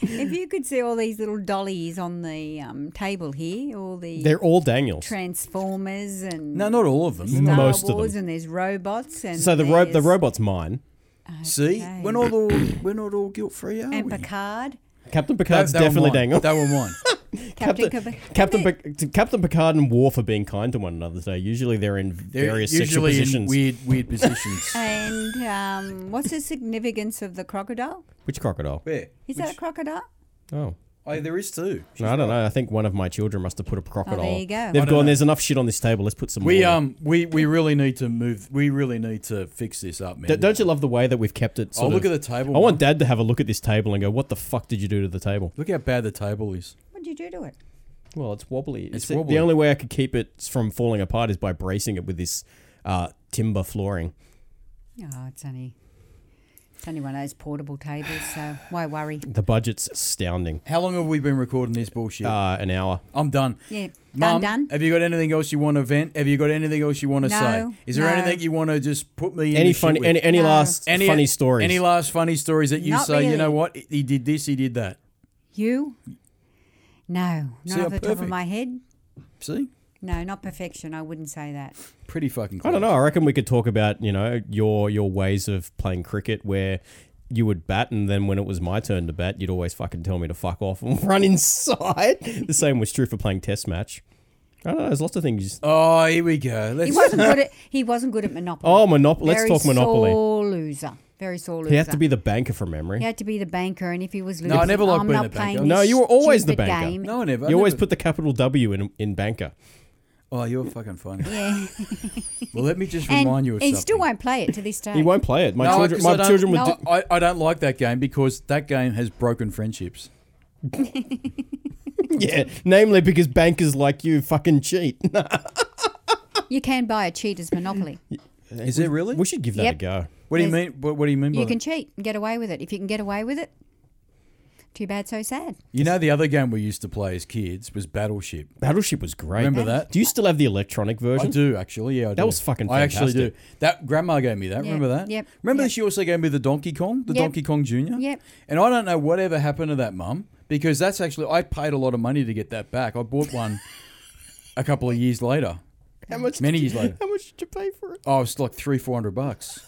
Speaker 3: If you could see all these little dollies on the um, table here, all the
Speaker 2: They're all Daniels.
Speaker 3: Transformers and
Speaker 1: No, not all of them.
Speaker 3: Star
Speaker 2: most of
Speaker 3: Wars,
Speaker 2: them.
Speaker 3: and there's robots and
Speaker 2: so the ro- the
Speaker 3: there's-
Speaker 2: robot's mine.
Speaker 1: See? We're not all, we're not all guilt free, are
Speaker 3: and
Speaker 1: we?
Speaker 3: Picard,
Speaker 2: Captain
Speaker 1: They-
Speaker 2: Picard's
Speaker 1: they were
Speaker 2: definitely
Speaker 1: mine.
Speaker 2: Daniel.
Speaker 1: They were mine.
Speaker 2: Captain,
Speaker 3: Captain Cav-
Speaker 2: Captain, Pic- Captain Picard and Worf are being kind to one another today. Usually they're in
Speaker 1: They're
Speaker 2: various sexual
Speaker 1: usually in
Speaker 2: positions.
Speaker 1: weird, weird positions.
Speaker 3: Uh, and um, what's the significance of the crocodile?
Speaker 2: Which crocodile?
Speaker 1: Where?
Speaker 3: Is that a crocodile?
Speaker 2: Oh.
Speaker 1: Oh, there is two.
Speaker 2: No, I don't know. I think one of my children must have put a crocodile.
Speaker 3: Oh, there you go. I
Speaker 2: They've
Speaker 1: don't know.
Speaker 2: gone. There's enough shit on this table. Let's put some.
Speaker 1: We
Speaker 2: more. in."
Speaker 1: um we, we really need to move. We really need to fix this up, man.
Speaker 2: D- don't you love the way that we've kept it? sort
Speaker 1: Oh, look
Speaker 2: of-
Speaker 1: at the table,
Speaker 2: I want
Speaker 1: man.
Speaker 2: Dad to have a look at this table and go, "What the fuck did you do to the table?"
Speaker 1: Look how bad the table is.
Speaker 3: What did you do to it?
Speaker 2: Well, it's wobbly. It's,
Speaker 1: It's wobbly.
Speaker 2: The only way I could keep it from falling apart is by bracing it with this uh, timber flooring.
Speaker 3: Oh, it's only it's only one of those portable tables, so why worry?
Speaker 2: The budget's astounding.
Speaker 1: How long have we been recording this bullshit?
Speaker 2: Uh, an hour.
Speaker 1: I'm done.
Speaker 3: Yeah, done,
Speaker 1: Mum, uh,
Speaker 3: done.
Speaker 1: Have you got anything else you want to vent? Have you got anything else you want to
Speaker 3: No,
Speaker 1: say? Is there
Speaker 3: no.
Speaker 1: anything you want to just put me in?
Speaker 2: Any
Speaker 1: the shit
Speaker 2: funny?
Speaker 1: with?
Speaker 2: Any, any
Speaker 3: No.
Speaker 2: last funny stories?
Speaker 1: Any last funny stories that you
Speaker 3: Not
Speaker 1: say? You
Speaker 3: really.
Speaker 1: know what? He did this. He did that.
Speaker 3: You? No, not
Speaker 1: See,
Speaker 3: off
Speaker 1: I'm
Speaker 3: the top of
Speaker 1: perfect.
Speaker 3: my head.
Speaker 1: See,
Speaker 3: No, not perfection. I wouldn't say that.
Speaker 1: pretty fucking. Close.
Speaker 2: I don't know. I reckon we could talk about you know your your ways of playing cricket where. You would bat, and then when it was my turn to bat, you'd always fucking tell me to fuck off and run inside. the same was true for playing Test match. I don't know. There's lots of things.
Speaker 1: Oh, here we go.
Speaker 3: He
Speaker 1: Let's.
Speaker 3: wasn't good at he wasn't good at monopoly.
Speaker 2: Oh, Monopoly. Let's
Speaker 3: Very
Speaker 2: talk Monopoly.
Speaker 3: Sore loser. Very sore loser.
Speaker 2: He had to be the banker from memory.
Speaker 3: He had to be the banker, and if he was losing,
Speaker 1: I never liked
Speaker 3: I'm
Speaker 1: being
Speaker 3: not
Speaker 1: a banker.
Speaker 3: playing
Speaker 2: No,
Speaker 3: this
Speaker 2: you were always the
Speaker 3: stupid
Speaker 2: banker.
Speaker 3: Game.
Speaker 1: no, I never. I
Speaker 2: You always
Speaker 1: never-
Speaker 2: put the capital W in in banker.
Speaker 1: Oh, you're fucking funny.
Speaker 3: Yeah.
Speaker 1: Well, let me just
Speaker 3: and
Speaker 1: remind you of
Speaker 3: he
Speaker 1: something.
Speaker 3: still won't play it to this day.
Speaker 2: He won't play it. My
Speaker 1: No,
Speaker 2: children,
Speaker 1: 'cause
Speaker 2: my
Speaker 1: I don't-
Speaker 2: children would.
Speaker 1: no,
Speaker 2: do-
Speaker 1: I, I don't like that game because that game has broken friendships.
Speaker 2: yeah, namely because bankers like you fucking cheat.
Speaker 3: You can buy a cheater's monopoly.
Speaker 1: Is it really?
Speaker 2: Uh, We should give that
Speaker 3: Yep.
Speaker 2: a go.
Speaker 1: What do you mean? What, what do you mean by
Speaker 3: You
Speaker 1: that?
Speaker 3: can cheat and get away with it. If you can get away with it, too bad, so sad.
Speaker 1: You know, the other game we used to play as kids was Battleship.
Speaker 2: Battleship was great.
Speaker 1: Remember that?
Speaker 2: Do you still have the electronic
Speaker 1: I
Speaker 2: version?
Speaker 1: do actually. Yeah, I do.
Speaker 2: Mhm. was fucking
Speaker 1: I actually do.
Speaker 2: fantastic.
Speaker 1: That grandma gave me that.
Speaker 3: Yeah,
Speaker 1: Remember that?
Speaker 3: yep,
Speaker 1: Remember
Speaker 3: yep.
Speaker 1: she also gave me the Donkey Kong, the
Speaker 3: Yep.
Speaker 1: Donkey Kong Junior.
Speaker 3: Yep.
Speaker 1: And I don't know whatever happened to that, Mum, because that's actually I paid a lot of money to get that back. I bought one a couple of years later.
Speaker 2: How much?
Speaker 1: Many years later.
Speaker 2: How much did you pay for it?
Speaker 1: Oh, it's like three, four hundred bucks.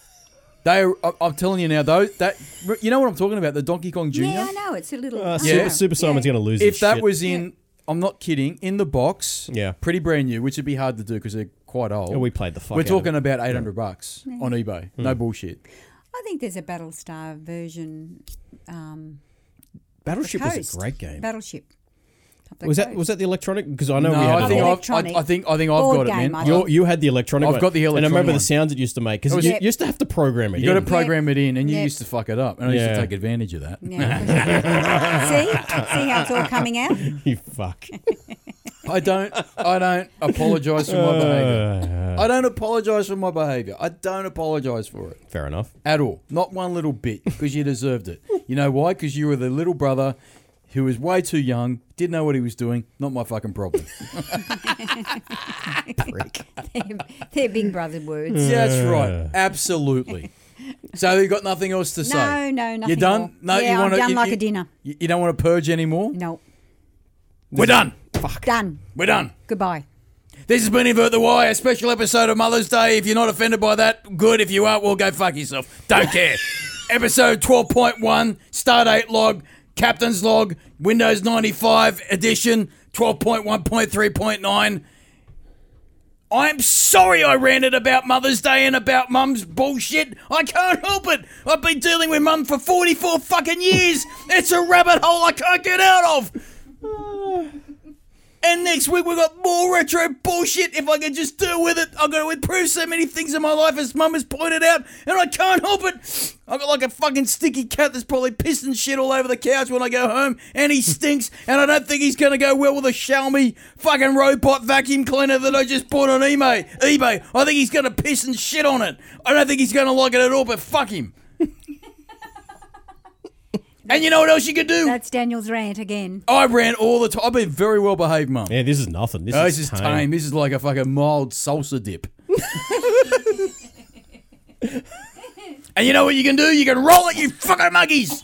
Speaker 1: They, I- I'm telling you now, though that you know what I'm talking about, the Donkey Kong Junior.
Speaker 3: Yeah, I know. It's a little.
Speaker 2: Uh,
Speaker 3: I
Speaker 2: Super,
Speaker 3: know.
Speaker 2: Super Simon's going to lose.
Speaker 1: if
Speaker 2: his
Speaker 1: that
Speaker 2: shit.
Speaker 1: was in, I'm not kidding, in the box,
Speaker 2: Yeah.
Speaker 1: pretty brand new, which would be hard to do because they're quite old.
Speaker 2: Yeah, Oh, we played the fuck
Speaker 1: We're
Speaker 2: out of Hmm.
Speaker 1: talking about 800 bucks on eBay. No bullshit.
Speaker 3: I think there's a Battlestar version. Um,
Speaker 2: Battleship was
Speaker 3: Coast.
Speaker 2: a great game.
Speaker 3: Battleship. Top the
Speaker 2: Was that
Speaker 3: coast.
Speaker 2: was that the electronic? Because I know
Speaker 1: No,
Speaker 2: we had.
Speaker 1: I think
Speaker 2: it.
Speaker 1: I've,
Speaker 3: Electronic.
Speaker 1: I, I think I think I've got
Speaker 3: Board
Speaker 1: it,
Speaker 3: game,
Speaker 1: man.
Speaker 3: I
Speaker 1: You-
Speaker 2: you you had the electronic.
Speaker 1: I've
Speaker 2: one.
Speaker 1: got the
Speaker 2: and I
Speaker 1: electronic
Speaker 2: remember
Speaker 1: one.
Speaker 2: the sounds it used to make
Speaker 1: It
Speaker 2: because
Speaker 1: was-
Speaker 2: you,
Speaker 1: Yep.
Speaker 2: you used to have to program it.
Speaker 1: You got to
Speaker 2: in.
Speaker 1: program it in, and you
Speaker 3: Yeah.
Speaker 1: used to fuck it up, and I used
Speaker 2: Yeah.
Speaker 1: to take advantage of that.
Speaker 3: Yeah, 'cause you- see, see how it's all coming out.
Speaker 2: you fuck.
Speaker 1: I don't, I don't apologize for my behavior.
Speaker 2: Uh,
Speaker 1: I don't apologize for my behavior. I don't apologize for it
Speaker 2: fair enough.
Speaker 1: at all. Not one little bit, because you deserved it. You know why? Because you were the little brother who was way too young, didn't know what he was doing. Not my fucking problem.
Speaker 3: They're, they're Big Brother words.
Speaker 1: Yeah, that's right. Absolutely. So you've got nothing else to say?
Speaker 3: No, no, nothing.
Speaker 1: You're done?
Speaker 3: more.
Speaker 1: No,
Speaker 3: yeah,
Speaker 1: you want
Speaker 3: I'm
Speaker 1: to
Speaker 3: done
Speaker 1: you,
Speaker 3: like
Speaker 1: you-
Speaker 3: a dinner.
Speaker 1: You, you don't want to purge anymore?
Speaker 3: No,
Speaker 1: We're done.
Speaker 3: done.
Speaker 1: We're done.
Speaker 3: Goodbye.
Speaker 1: This has been Invert the Wire, a special episode of Mother's Day. If you're not offended by that, good. If you aren't, well, go fuck yourself. Don't care. episode 12.1, Start 8 log, Captain's log, Windows 95 edition, 12.1.3.9. I'm sorry I ranted about Mother's Day and about Mum's bullshit. I can't help it. I've been dealing with Mum for 44 fucking years. it's a rabbit hole I can't get out of. And next week we got more retro bullshit. If I can just deal with it, I'm going to improve so many things in my life, as Mum has pointed out, and I can't help it. I've got like a fucking sticky cat that's probably pissing shit all over the couch when I go home, and he stinks, and I don't think he's going to go well with a Xiaomi fucking robot vacuum cleaner that I just bought on eBay. eBay. I think he's going to piss and shit on it. I don't think he's going to like it at all, but fuck him. and you know what else you can do?
Speaker 3: That's Daniel's rant again.
Speaker 1: I ran all the time. I've been very well behaved, Mum.
Speaker 2: Yeah, this is nothing. This,
Speaker 1: Oh,
Speaker 2: is,
Speaker 1: this is tame. This is like a fucking mild salsa dip. and you know what you can do? You can roll it, you fucking monkeys.